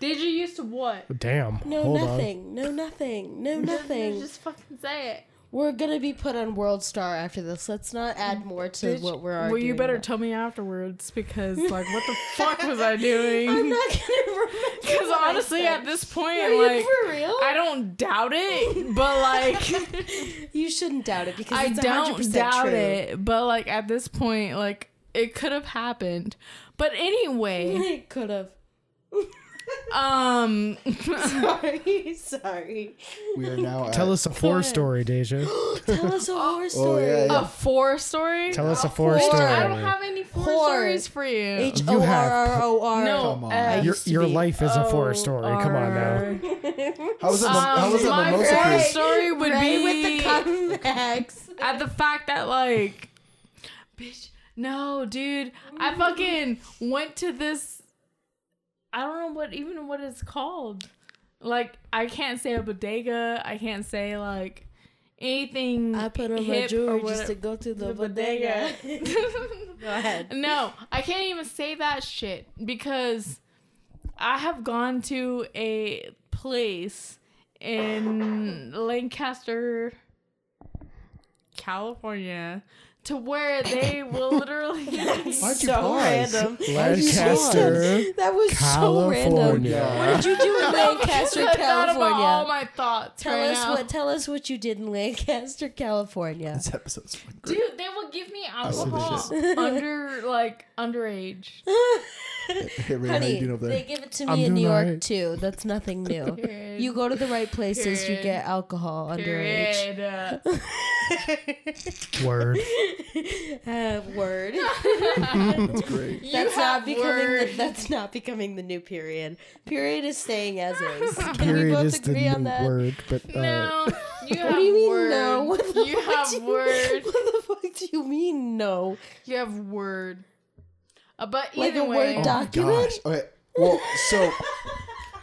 Deja used to what? Damn. No, Hold nothing. No, nothing. No, nothing. Just fucking say it. We're gonna be put on World Star after this. Let's not add more to Mm, Bitch, what we're Well, arguing. you better about. tell me afterwards because, like, what the fuck was I doing? I'm not gonna remember. Because what I honestly, said. at this point, Are you like, for real? I don't doubt it, but like, you shouldn't doubt it because I it's don't 100% doubt true. it, but like, at this point, like, it could have happened. But anyway, It could have. um, Sorry, sorry. We are now. Tell at, us a horror story, Deja. Tell Oh, us a horror story. yeah, yeah. a four story. Tell us a horror Bitch, story. I don't have any four Whore. stories for you. H You O R have- R O R. no, Come on. F- your used to your be life is a Oh, horror story. Come on now. R. How was it? Um, how was it? my Mimosa horror Cruise? story would Ray be with the comebacks. at the fact that like bitch no dude i fucking went to this i don't know what even what it's called like i can't say a bodega i can't say like anything I put on my hip or jewelry just whatever. to go to the, The bodega. go ahead. no i can't even say that shit because i have gone to a place in lancaster California to where they will literally Why'd you so pause? random. Lancaster, That was so random. California. Yeah. What did you do in Lancaster, I thought about all California? my thoughts Tell right us now. what tell us what you did in Lancaster, California. This episode's fucking great. Dude, they will give me love this alcohol under like underage. Hey, Ray, how you Honey, doing over they there? give it to me I'm in doing New York alright. too. That's nothing new. Period. you go to the right places, you Period. get alcohol underage. Period. Uh, word. Uh, word. That's great. you That's have not becoming. word. The, that's not becoming the new period. Period is staying as is. Can we Period both is the agree on new that? word, but uh, No, you What have do you mean word. no? What the you fuck have do you- word. What the fuck do you mean no? You have word. Uh, but Like either a word way, Oh my document? gosh. Okay. Well, so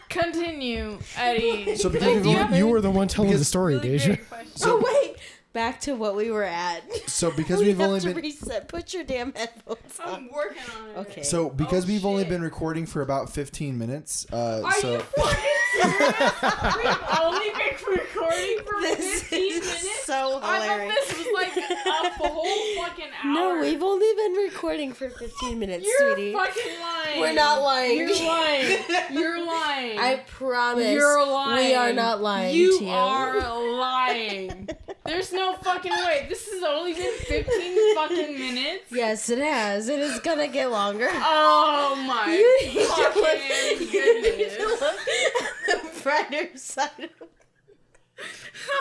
continue, Eddie. so because Like, we've you only- have you were the one telling the Because- story, really Deja. great questions. oh wait, back to what we were at. so because we we've have only to been reset. Put your damn headphones on. I'm working on it. Okay. so because Oh, we've only shit. been recording for about 15 minutes. Uh, Are so you fucking serious? We've only been recording for this 15 is minutes? so I hilarious. thought this was like a up a whole fucking hour. No, we've only been recording for 15 minutes, You're sweetie. fucking lying. We're not lying. You're lying. You're lying. I promise. You're lying. We are not lying You to you. are lying. There's no fucking way. This has only been 15 fucking minutes. Yes, it has. It is gonna get longer. Oh my you need to look. fucking You need to goodness. look at the brighter side. Of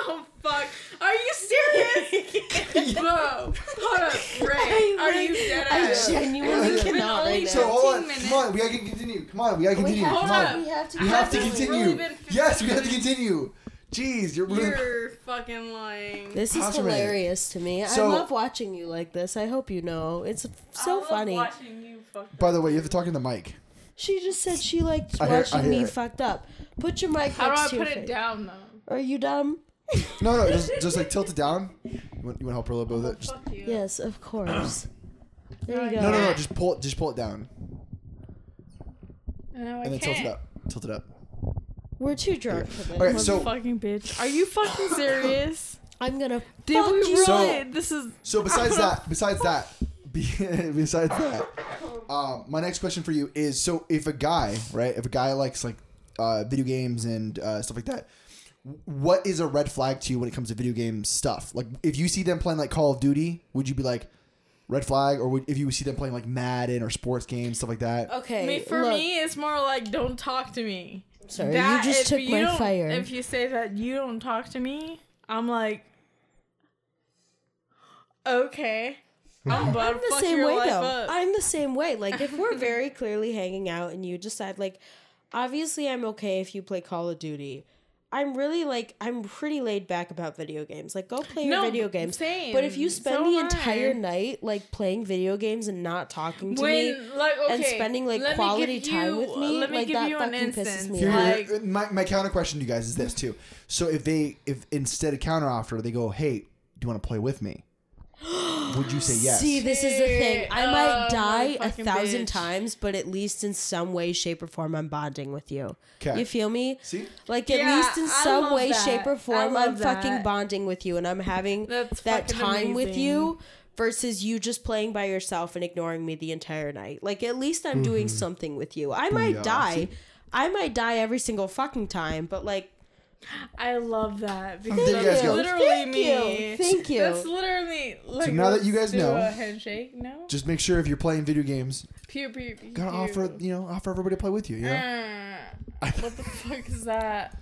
Oh fuck. Are you serious? Whoa. Hold up, Ray. Are you dead I ass? genuinely It's been cannot only right So now. two- hold on, 15 come on, we gotta continue. Come on, we gotta We continue. have, Come hold to, on, up. we have to. we have to This has really continue. been 15 yes, we have to continue. Jeez, you're really. You're fucking lying. This is Hashime. hilarious to me. So- I love watching you like this. I hope you know. It's I so love funny. Watching you fuck up. By the way, you have to talk in the mic. She just said she liked I hear- I watching hear me it. fucked up. Put your mic How do next I to your put it face. down though? Are you dumb? No, no, just, just like tilt it down. You want, you want to help her a little bit with it? Just, Fuck you. Yes, of course. There you go. no, no, no, just pull it, just pull it down, No, I and then tilt can't. it up, tilt it up. We're too drunk for this. Okay, so fucking bitch. Are you fucking serious? I'm gonna Did fuck we you. really? So- this is so besides that, besides that, be- besides that, um, my next question for you is: so if a guy, right, if a guy likes like uh, video games and uh, stuff like that. What is a red flag to you when it comes to video game stuff? Like, if you see them playing like Call of Duty, would you be like, red flag? Or would, if you see them playing like Madden or sports games, stuff like that? Okay. me, for look, me. It's more like don't talk to me. sorry, That- you just if took you my don't- fire. If you say that you don't talk to me, I'm like, okay. I'm about I'm to the fuck same your way life though. up. I'm the same way. Like if we're very clearly hanging out and you decide like obviously I'm okay if you play Call of Duty. I'm really like I'm pretty laid back about video games. Like go play your No, video games. same. But if you spend So the am entire I. night like playing video games and not talking to me when like okay, and spending like let me quality give time you- with me, let me like give that you an fucking instance. pisses me Here, off. Like- here, my, my counter question to you guys is this too. So if they if instead of counter offer they go, hey, do you want to play with me? Would you say yes? See, this is the thing. Shit. I might Oh, die a motherfucking thousand bitch. times, but at least in some way, shape, or form, I'm bonding with you. 'Kay. You feel me? See? Like, at Yeah, least in I some love way, that. shape, or I form, love I'm fucking that. bonding with you and I'm having That's that fucking time with amazing. you versus you just playing by yourself and ignoring me the entire night. Like, at least I'm doing Mm-hmm. something with you. I might Booyah. die. I might die every single fucking time, but like, I love that because There you guys that's go. literally Thank me. you. Thank you. That's literally like. now that let's you guys do know- a handshake. No. Just make sure if you're playing video games, Pew, pew, pew, gotta pew. offer you know offer everybody to play with you. You know? Uh, what the fuck is that?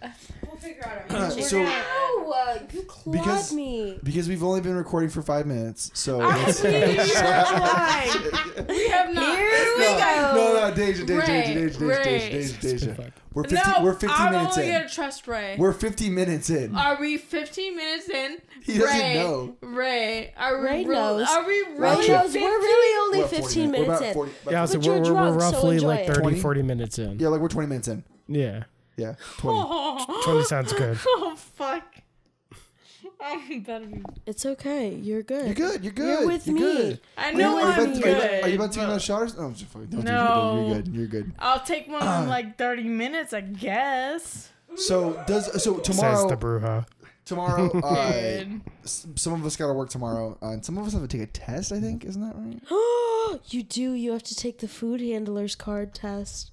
We'll figure out our handshake. so- oh, you clawed Because- me. because we've only been recording for five minutes, so. it's- We have not. Here we no, go. no, no, Deja, Deja, Ray, Deja, Deja, Deja, Ray. Deja, Deja, Deja. We're 15, no, we're 15 I'm minutes only in. gonna trust Ray. We're 15 minutes in. are we 15 minutes in? He doesn't Ray, know. Ray, are we? Ray real- knows. Are we Ray really? knows we're 15? really We're only at 40 15 minutes. We're minutes about in. 40 about- Yeah, so But you're we're, we're, we're drunk, so roughly enjoy like it. 30, 20? 40 minutes in. yeah, like we're 20 minutes in. Yeah. Yeah, 20. Oh. 20 sounds good. Oh fuck. I'm about to be. It's okay. You're good. You're good. You're good. You're with you're me. Good. I Are you- know are, you I'm about to, are you about- good. are you about to take but another shower? No, I'm just fucking- don't do No. it. You're good. I'll take one Uh. in like 30 minutes, I guess. You're good. So does so Says tomorrow. the Bruja. tomorrow, uh, Dude. s- some of us gotta work tomorrow, uh, and some of us have to take a test. I think isn't that right? you do. You have to take the food handler's card test.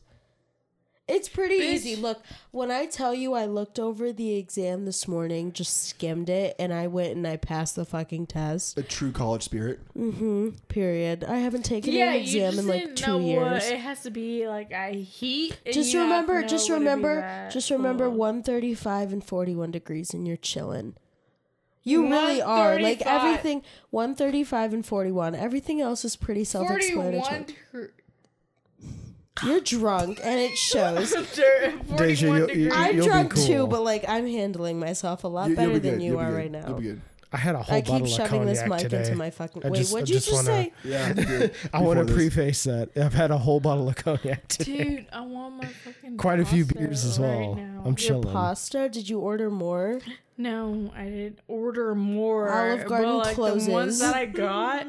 It's pretty Bitch. easy. Look, when I tell you I looked over the exam this morning, just skimmed it, and I went and I passed the fucking test. A true college spirit. Period. I haven't taken Yeah, an you exam just in like didn't know two what years. it has to be. Like I heat. and Just you have to remember, know just what it'd be remember, that just remember, cold. one thirty-five and forty-one degrees, and you're chilling. You Not really are. Like 35. everything, one thirty-five and forty-one. Everything else is pretty self-explanatory. Forty-one. tur- You're drunk, and it shows. tur- Deja, Forty-one you- you- degrees. I'm You'll be drunk too, cool. but like I'm handling myself a lot You- better be than good, you you'll be are good, right You'll now. be good. I had a whole I keep bottle of shoving this cognac mic today. into my fucking. I Wait, just- I what'd you just just wanna- say? Yeah. good. I want to Before this. preface that I've had a whole bottle of cognac today. Dude, I want my fucking. Quite a few pasta beers as right well. now. I'm Your chilling. pasta? Did you order more? No, I didn't order more. Olive but, Garden like, The closes. ones that I got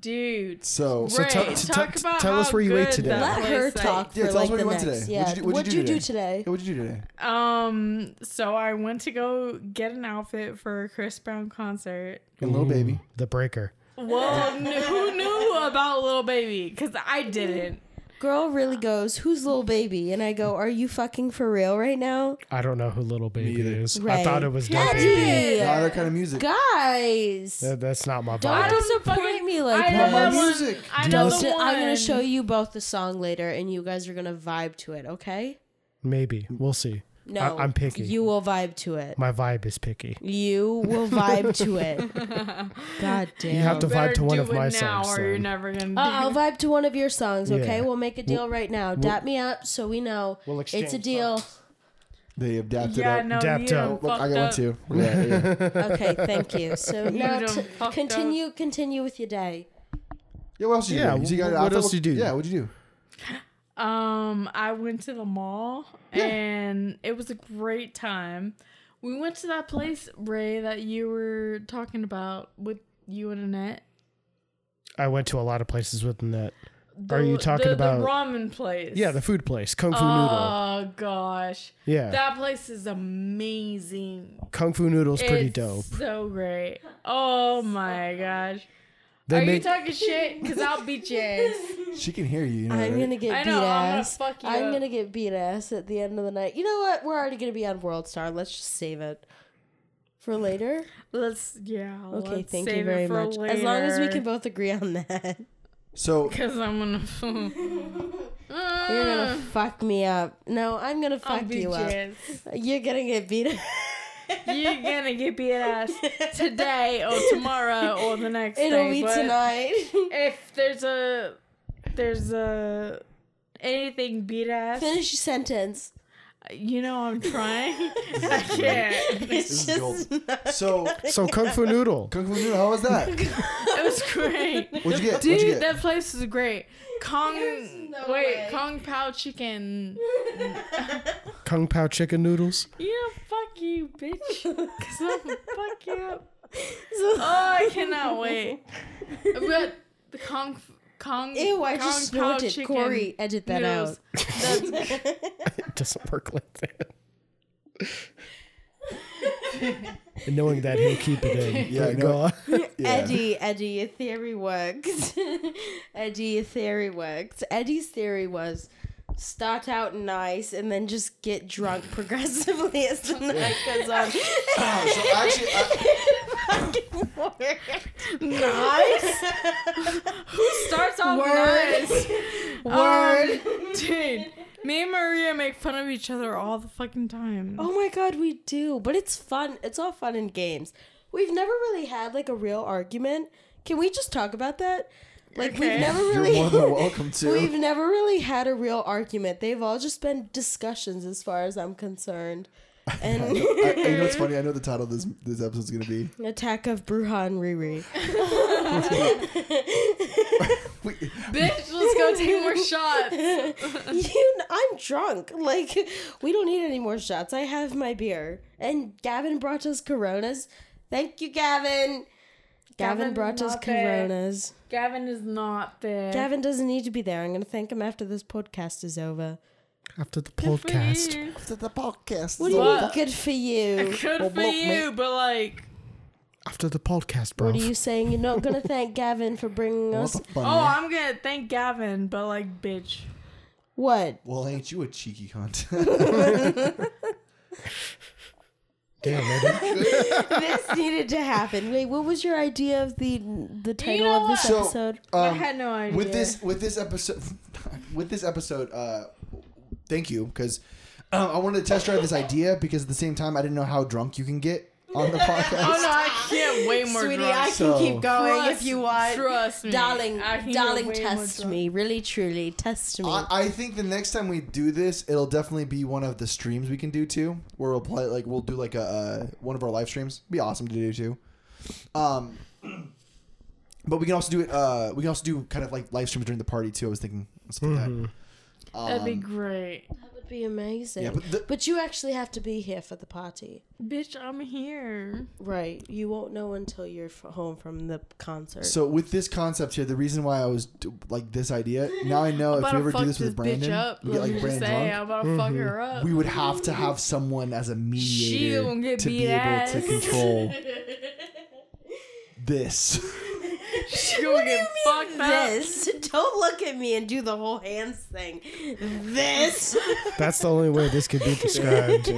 dude. So- So Ray, tell- t- talk t- about tell us how where you ate good today. that Let her place, talk like- for Yeah, tell us like what the you went next. today. Yeah, What'd you do- what'd you do today? Hey, what'd you do today? Um, so I went to go get an outfit for a Chris Brown concert. Mm. And little baby. the breaker. Well, kn- who knew about Little Baby? Because I didn't. Girl really goes, "Who's little baby?" And I go, "Are you fucking for real right now, I don't know who little baby either. is. Ray? I thought it was Daddy! Doug Baby. Not that kind of music. Guys, That- that's not my don't vibe. disappoint fucking- me like I know that. Mama that one. Music. I know Don't- the one. I'm gonna show you both the song later, and you guys are gonna vibe to it. Okay? Maybe we'll see. No, I, am picky. You will vibe to it. my vibe is picky. You will vibe to it. God damn. You have to Better vibe to one do of it my now, songs. or you're then. never gonna. Uh, I'll do it. vibe to one of your songs, okay? Yeah. We'll make a deal right now. Dap me up so we know We'll it's a exchange deal. They have dapped Yeah, it up. no, Dapped you done up. Look, I fucked got one up. too. Yeah, yeah. Okay, thank you. So now done t- fucked up. continue, continue with your day. Yeah, what else did you Yeah, do? You got an what outfit? else did you do? Yeah, what'd you do? Um, I went to the mall and it was a great time. We went to that place, Ray, that you were talking about with you and Annette. I went to a lot of places with that. The- Are you talking the, about- the ramen place? Yeah, the food place, Kung Fu Noodle. Oh gosh, Yeah, that place is amazing. Kung Fu Noodle's pretty It's dope. So great. Oh my gosh. They Are you make talking shit? Cause I'll beat your ass. She can hear you. you know, I'm right? gonna get I beat know, I'm gonna ass. fuck you I'm up. gonna get beat ass at the end of the night. You know what? We're already gonna be on World Star. Let's just save it for later. Let's yeah. Okay, let's thank you save it very for much. As long as we later. can both agree on that, So Cause I'm gonna. Ah, you're gonna fuck me up. No, I'm gonna I'll fuck beat you your up. ass. You're gonna get beat. up. You're gonna get beat ass today or tomorrow or the next day. It'll be but tonight. If there's a there's a anything beat ass, Finish your sentence. you know I'm trying. I can't. It's is just so so Kung Fu Noodle. Kung Fu Noodle, how was that? It was great. What'd you get? What'd you Dude, get? that place is great. Kong, no wait, way. Kong Pao chicken. Kung Pao chicken noodles. You know, fuck you, bitch. Cause I'm gonna fuck you up. Oh, I cannot wait. But the Kong, Kong, Ew, I Kong just Pao smoked it. chicken Corey, edit that noodles. out. That's- It doesn't work like that. and knowing that he'll keep it in. Yeah, Yeah, I know. go on. Yeah. Eddie, Eddie, your theory works. Eddie, your theory works. Eddie's theory was start out nice and then just get drunk progressively as the night goes on. Oh, so actually, uh, I, Fucking work. starts off Word. nice. Word. Um, Oh, dude, me and Maria make fun of each other all the fucking time. Oh my god, we do. But it's fun. It's all fun and games. We've never really had like a real argument. Can we just talk about that? Like Okay. we've never you're really more than welcome to. We've never really had a real argument. They've all just been discussions as far as I'm concerned. And I, I- you know what's funny? I know the title of this this episode's gonna be. attack of Bruhan Riri. Wait, Bitch, let's go take more shots. you kn- I'm drunk. Like we don't need any more shots. I have my beer. And Gavin brought us coronas. Thank you, Gavin. Gavin, Gavin brought us not there. coronas. Gavin is not there. Gavin doesn't need to be there. I'm gonna thank him after this podcast is over. After the Good for podcast. you. after the podcast. What do you mean What? good for you? Good for Oh, block me. you, but like, After the podcast, bro. What are you saying? You're not gonna thank Gavin for bringing What us the fuck? oh, I'm gonna thank Gavin, but like, bitch. what? well, ain't you a cheeky cunt? Damn, Eddie. this needed to happen. Wait, what was your idea of the the title know of this what? So- episode? I Um, had no idea. with this with this episode with this episode uh thank you because um, i wanted to test drive this idea because at the same time i didn't know how drunk you can get on the Oh podcast no, I can't way more Sweetie, drunk. I So- can keep going if you want. Trust me, Darling, I can get darling, way test more drunk. me. Really, truly, test me. I, I think the next time we do this it'll definitely be one of the streams we can do too where we'll play like we'll do like a uh, one of our live streams be awesome to do too um but we can also do it uh we can also do kind of like live streams during the party too i was thinking something like that That'd um, be great. That would be amazing. Yeah, but, but the- you actually have to be here for the party. Bitch, I'm here. Right. You won't know until you're f- home from the concert. So with this concept here, the reason why I was d- like this idea, now I know I'm if about we to ever fuck do this with Brandon, bitch up. we Let get like me just Brandon say, I'm drunk, about to fuck her up. we would have to have someone as a mediator gonna get to beat be able to ass. control this. She gonna get fucked up. this. Don't look at me and do the whole hands thing. This. That's the only way this could be described,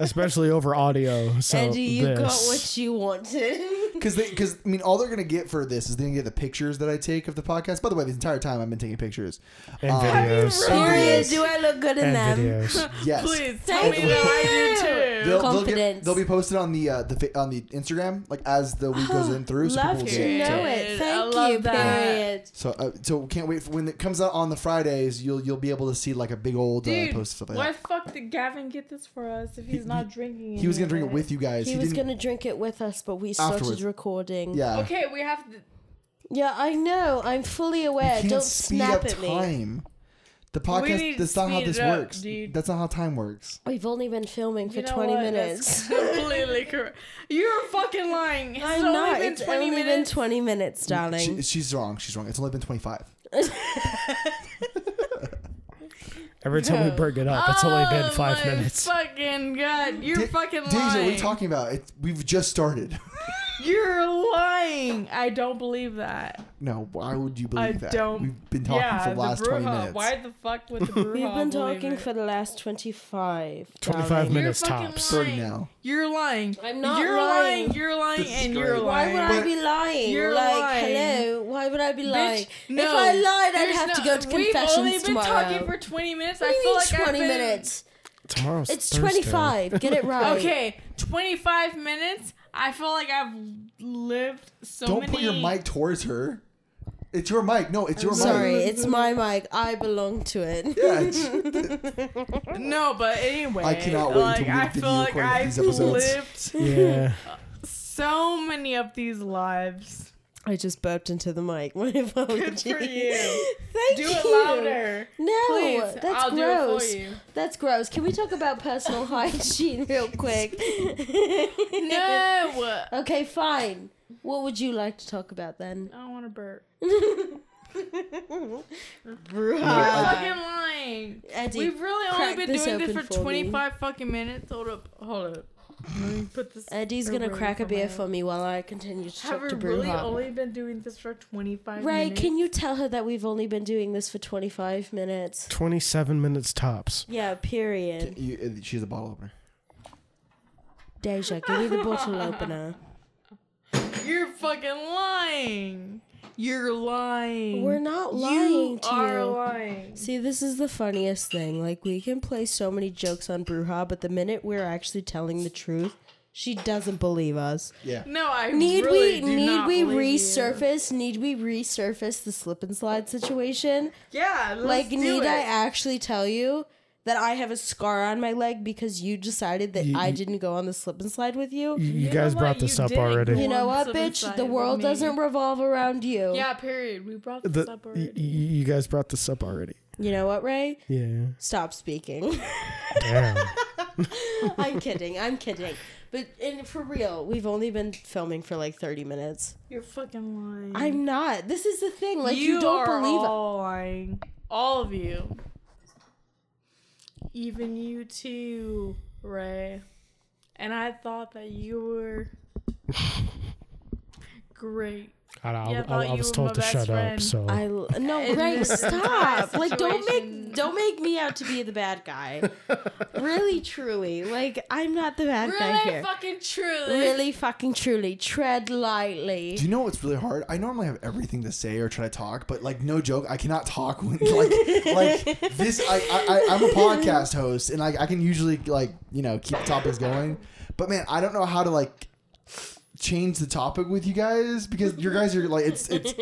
especially over audio. So Eddie, you this. got what you wanted. Because because I mean, all they're gonna get for this is they're gonna get the pictures that I take of the podcast. By the way, this entire time I've been taking pictures. and Um, videos. And Gloria, videos. do I look good in And them? videos. Yes. Please tell Thank me that I you. do too. They'll, they'll, get, Confidence. they'll be posted on the uh, the fa- on the Instagram like as the week goes in through. So Love people will to be able to- know I it. Thank love you. that. Period. So uh, so can't wait for when it comes out on the Fridays. You'll you'll be able to see like a big old uh, Dude, post stuff like why that. fuck did Gavin get this for us if he's not drinking? He was gonna drink it with you guys. He, was didn't- gonna drink it with us, but we started Afterwards. recording. Yeah. Okay, we have to. Yeah, I know. I'm fully You aware. can't Don't speed snap up at me. time. The podcast. need That's to not how speed this it up, works. dude. That's not how time works. We've only been filming for You know 20 what? minutes. That's completely correct. You're fucking lying. It's I'm only not. been it's 20 only minutes. been 20 minutes, She, darling. she's wrong. She's wrong. It's only been twenty five. Every time we bring it up, it's only been Oh five my minutes. Fucking god, you're fucking lying. Deja, what are you talking about? It, we've just started. You're lying. I don't believe that. no, why would you believe I that? don't- We've been talking yeah, for the last the twenty brouhaha. minutes. Why the fuck would the brouhaha We've been believe talking it? for the last 25. 25 darling. minutes. You're Minutes fucking tops. Sorry lying. now. You're lying. I'm not You're lying. You're lying, This is and great. you're Why lying. would I But- be lying? You're like, lying. hello. Why would I be lying? no, if I lied, I'd there's have to no- go to confessions We've only been tomorrow. talking for 20 minutes. what I do you feel mean like 20 I've been, minutes? Tomorrow's It's Thursday. 25. Get it right. Okay, 25 minutes. I feel like I've lived so Don't many. put your mic towards her. It's your mic. No, it's your Sorry, mic. it's my mic. I belong to it. Yeah, it's- No, but anyway, I cannot wait like, until we I video feel like record I've these episodes. lived Yeah. so many of these lives. I just burped into the mic. My apologies. for you. Thank Do you. it louder. No, Please, that's I'll do it for gross. you. That's gross. Can we talk about personal hygiene real quick? No, Okay, fine. What would you like to talk about then? I don't want to burp. Bruh. fucking lying. Eddie, We've really only crack been this doing this open for me. 25 fucking minutes. Hold up, hold up. Let me put this. Eddie's gonna over crack a my- beer for me while I continue to Have talk we to really Bruja. only been doing this for 25 Ray, minutes? can you tell her that we've only been doing this for 25 minutes? 27 minutes tops. Yeah, period. You- uh, she's a bottle opener. Deja, give me the bottle opener. You're fucking lying. You're lying. We're not lying you to are you. lying. See, this is the funniest thing. Like, we can play so many jokes on Bruja, but the minute we're actually telling the truth, she doesn't believe us. Yeah. No, I Need we really do need not we believe you. resurface? Need we resurface the slip and slide situation? Yeah, let's like, do need it. I actually tell you that I have a scar on my leg because you decided that You- I you- didn't go on the slip and slide with you? You, You, you know guys what? brought this You up did it. already. You know on what, slip and bitch? slide The with world me. doesn't revolve around you. Yeah, period. We brought this The, up y- already. y- you guys brought this up already. You know what, Ray? Yeah. Stop speaking. Damn. I'm kidding. I'm kidding. But in, for real, we've only been filming for like 30 minutes. You're fucking lying. I'm not. This is the thing. Like, you, don't Mm. are believe all lying. All of you. Even you too, Ray. And I thought that you were great. I, I, Yeah, I I, thought I you was were my told to best shut up, friend. so. I l- no, In Ray, this entire stop! Like, don't situation. make don't make me out to be the bad guy. really, truly, like I'm not the bad guy Really here. fucking truly. really, fucking, truly, tread Do lightly. you know what's really hard? I normally have everything to say or try to talk, but like no joke, I cannot talk when like like this. I, I, I I'm a podcast host, and like I can usually like you know keep the topics going, but man, I don't know how to like change the topic with you guys because your guys are like it's it's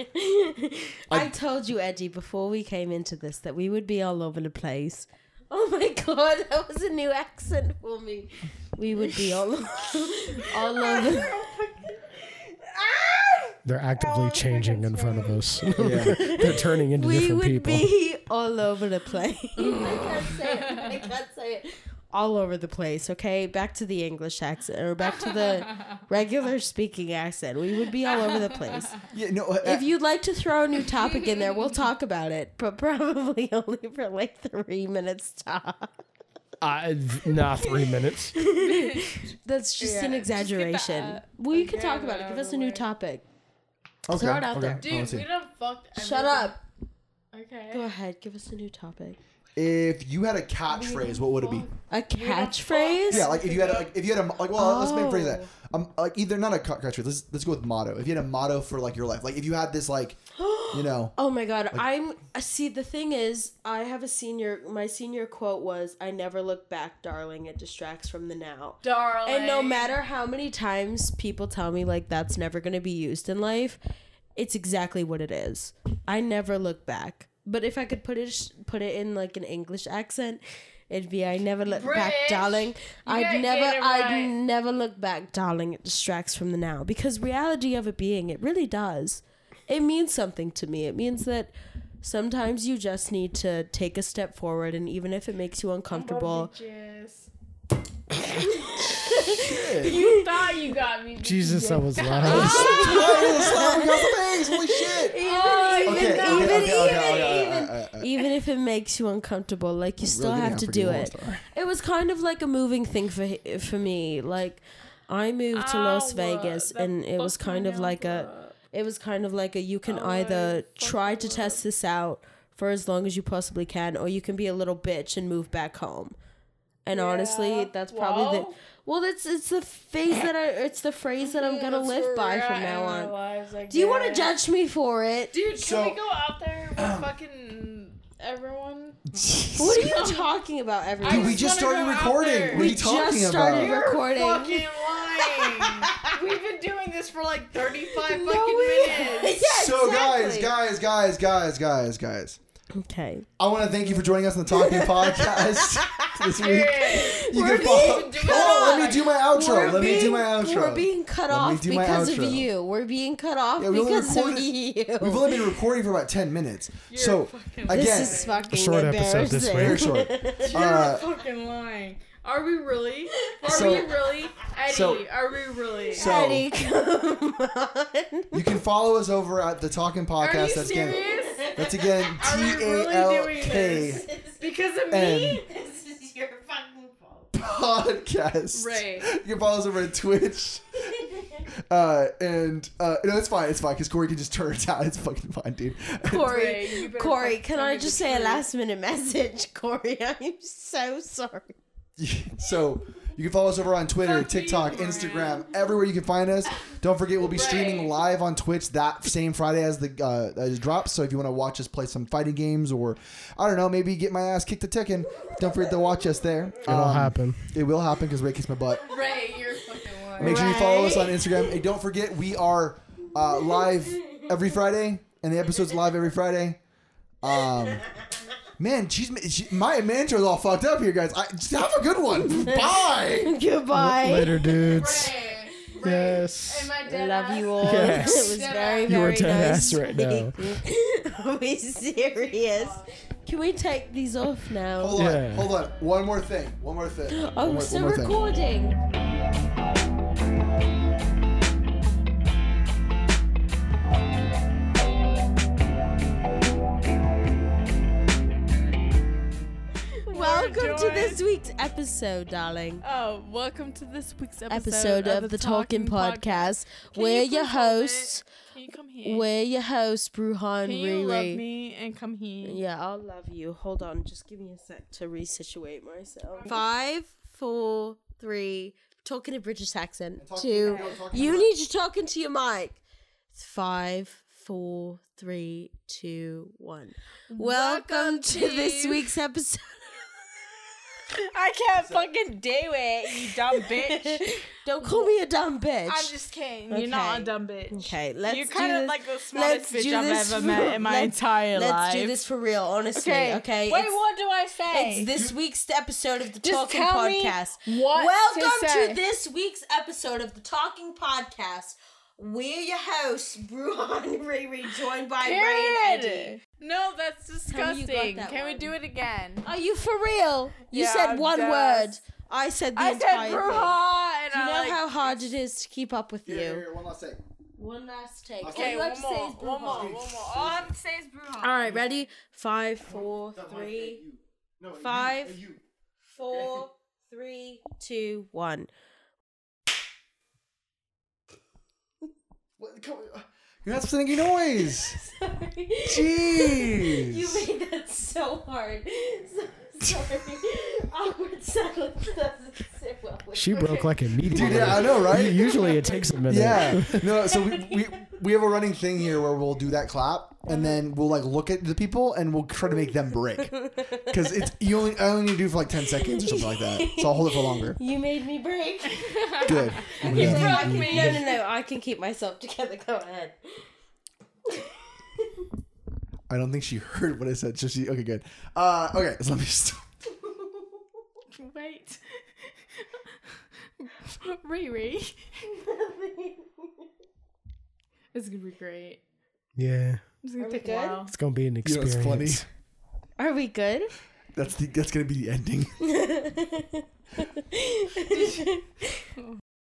I told you, Eddie, before we came into this that we would be all over the place. Oh my god, that was a new accent for me. We would be all all over. They're actively changing in front of us. yeah. They're turning into we different would people. be all over the place. I can't say it. I can't say it. All over the place, okay? Back to the English accent or back to the regular speaking accent. We would be all over the place. Yeah, no, uh, If you'd like to throw a new topic in there, we'll talk about it, but probably only for like three minutes top. Uh, not three minutes. That's just Yeah, an just get uh, that exaggeration. out- We get can talk that about out it. of Give us the a new way. topic. uh, okay, throw it out okay, there. I wanna Dude, see. we done fucked. Shut up. Okay. Go ahead. Give us a new topic. If you had a catchphrase, what would it be? A catchphrase? Yeah, like if you had a, like if you had a like well, let's maybe phrase that. Oh. Um, like either not a ca- catchphrase. Let's let's go with motto. If you had a motto for like your life, like if you had this like, you know, Oh my god, I'm uh, see the thing is, I have a senior my senior quote was I never look back, darling, it distracts from the now. Darling. And no matter how many times people tell me like that's never going to be used in life, it's exactly what it is. I never look back. But if I could put it put it in like an English accent, it'd be I never look back, British. darling. gotta I'd never get it right. I'd never look back, darling. It distracts from the now because reality of it being, it really does. It means something to me. It means that sometimes you just need to take a step forward and even if it makes you uncomfortable, Bitches. you thought you got me. Jesus, that was loud. oh, we got the face. Holy shit! Oh, Even- Okay, okay, even- okay, even- okay, okay, even- okay, okay, okay. even if it makes you uncomfortable like you still getting have out to for do Google it Star. it was kind of like a moving thing for hi- for me like i moved to las Ow, vegas Ah, that and it was fucking kind of like a hurt. it was kind of like a you can Oh, either that try to fucking test this out for as long as you possibly can or you can be a little bitch and move back home and Yeah, honestly that's probably the well. well it's it's the phase that i it's the phrase that i'm gonna live by from now on do you want to judge me for it Dude, can So- um, we go out there with fucking everyone? what are you talking about everyone Dude, we just wanna started go out recording. there. What are We you talking just about? started You're Recording. fucking lying. We've been doing this for like 35 No, fucking we- minutes. Yeah, so exactly. guys, guys, guys, guys, guys, guys. Okay. I want to thank you for joining us on the Talking Podcast this week. Dude, You We're can follow. being Hold on, let me do my outro. We're let me do being- my outro. We're being cut Let me off do my because of outro. you. We're being cut off Yeah, we only because of recorded- you. We've only been recording for about 10 minutes. so, fucking- again, this is fucking Short embarrassing. episode this very week. short. You're Uh, fucking lying. Are we really? Are So- we really? Eddie, so- are we really? so- Eddie, come on. you can follow us over at the Talking are you Podcast. That's again, serious? that's again Are T we really A L doing K this? Because of N me? This is your fucking fault. podcast. Right. You can follow us over at Twitch. Uh, and uh, no, it's fine. It's fine because Corey can just turn it down. It's fucking fine, dude. Ray, you Corey, better Corey, fucking can tell I me the just say a truth. last minute message? Corey, I'm so sorry. so you can follow us over on Twitter, Fuck you, TikTok, Ryan. Instagram, everywhere you can find us. Don't forget, we'll be streaming Right. live on Twitch that same Friday as the uh, as it drops. So if you want to watch us play some fighting games or I don't know, maybe get my ass kicked to Tekken, don't forget to watch us there. Um, It'll happen. It will happen because Ray kicks my butt. Ray, you're fucking lying. Make sure you follow us on Instagram. And don't forget, we are uh, live every Friday, and the episode's live every Friday. Um, man, she's she, my mantra is all fucked up here, guys. I, just have a good one. Bye. Goodbye. Later, dudes. Ray, Ray, Yes. am I dead Love ass? you all. Yes. It was Dead very, ass. You are very dead nice. ass right now. Are we serious? Can we take these off now? Hold on, Yeah. hold on. One more thing. One more thing. One Oh, more- we're still one more thing. recording. Welcome to joined. this week's episode, darling. Oh, welcome to this week's Episode, of, the, Talking, Podcast. Can We're you your please hold it? hosts. Can you come here? We're your hosts, Bruhan Can and you love Riri. me and come here? Yeah, I'll love you. Hold on, just give me a sec to resituate myself. Five, four, three. Talking a British accent. Two. You need to talk into your mic. It's Five, four, three, two, one. Welcome, Welcome to this to- week's episode. I can't fucking do it, you dumb bitch. Don't call me a dumb bitch. I'm just kidding. You're not Okay. a dumb bitch. okay. Let's You're do kind of this. like the smartest Let's bitch do I've this ever met for- in my let's- entire Let's life. do this for real, honestly. Okay. Wait, It's- what do I say? It's this week's episode of the Just Talking tell me Podcast. what to Welcome to, say. this week's episode of the Talking Podcast. We're your hosts, Bruhan Ray Ray, joined by Ray and Eddie. Period. No, that's Tell me you disgusting. got that Can we one. do it again? Are you for real? You Yeah, said I'm one dead. word. I said the I said entire thing. bruja, and You know I like, how hard it is to keep up with Here, here, you. here, one last thing. One last take. okay, All you have one to more, say is one more, bruja. one more. All I have to say is bruja. All right, ready? Five, four, three, No, you, Five. you. four, three, two, one. What, come, uh, you're not supposed to make any noise. Sorry. Jeez. You made that so hard. So, sorry. Awkward silence doesn't sit well with She broke like immediately. Dude, yeah, I know, right? Usually it takes a minute. Yeah. No, so we, we we have a running thing here where we'll do that clap and Uh-huh. then we'll like look at the people and we'll try to make them break. Cuz it's you only I only need to do it for like 10 seconds or something like that. So I'll hold it for longer. You made me break. Good. I can, no, no, no. I can keep myself together. Go ahead. I don't think she heard what I said. So she Okay, good. Uh okay, so let me stop. Wait. Riri. This is gonna be great. Yeah. It's gonna Are we take good? a while. It's gonna be an You know experience. it's funny. Are we good? That's the that's going to be the ending.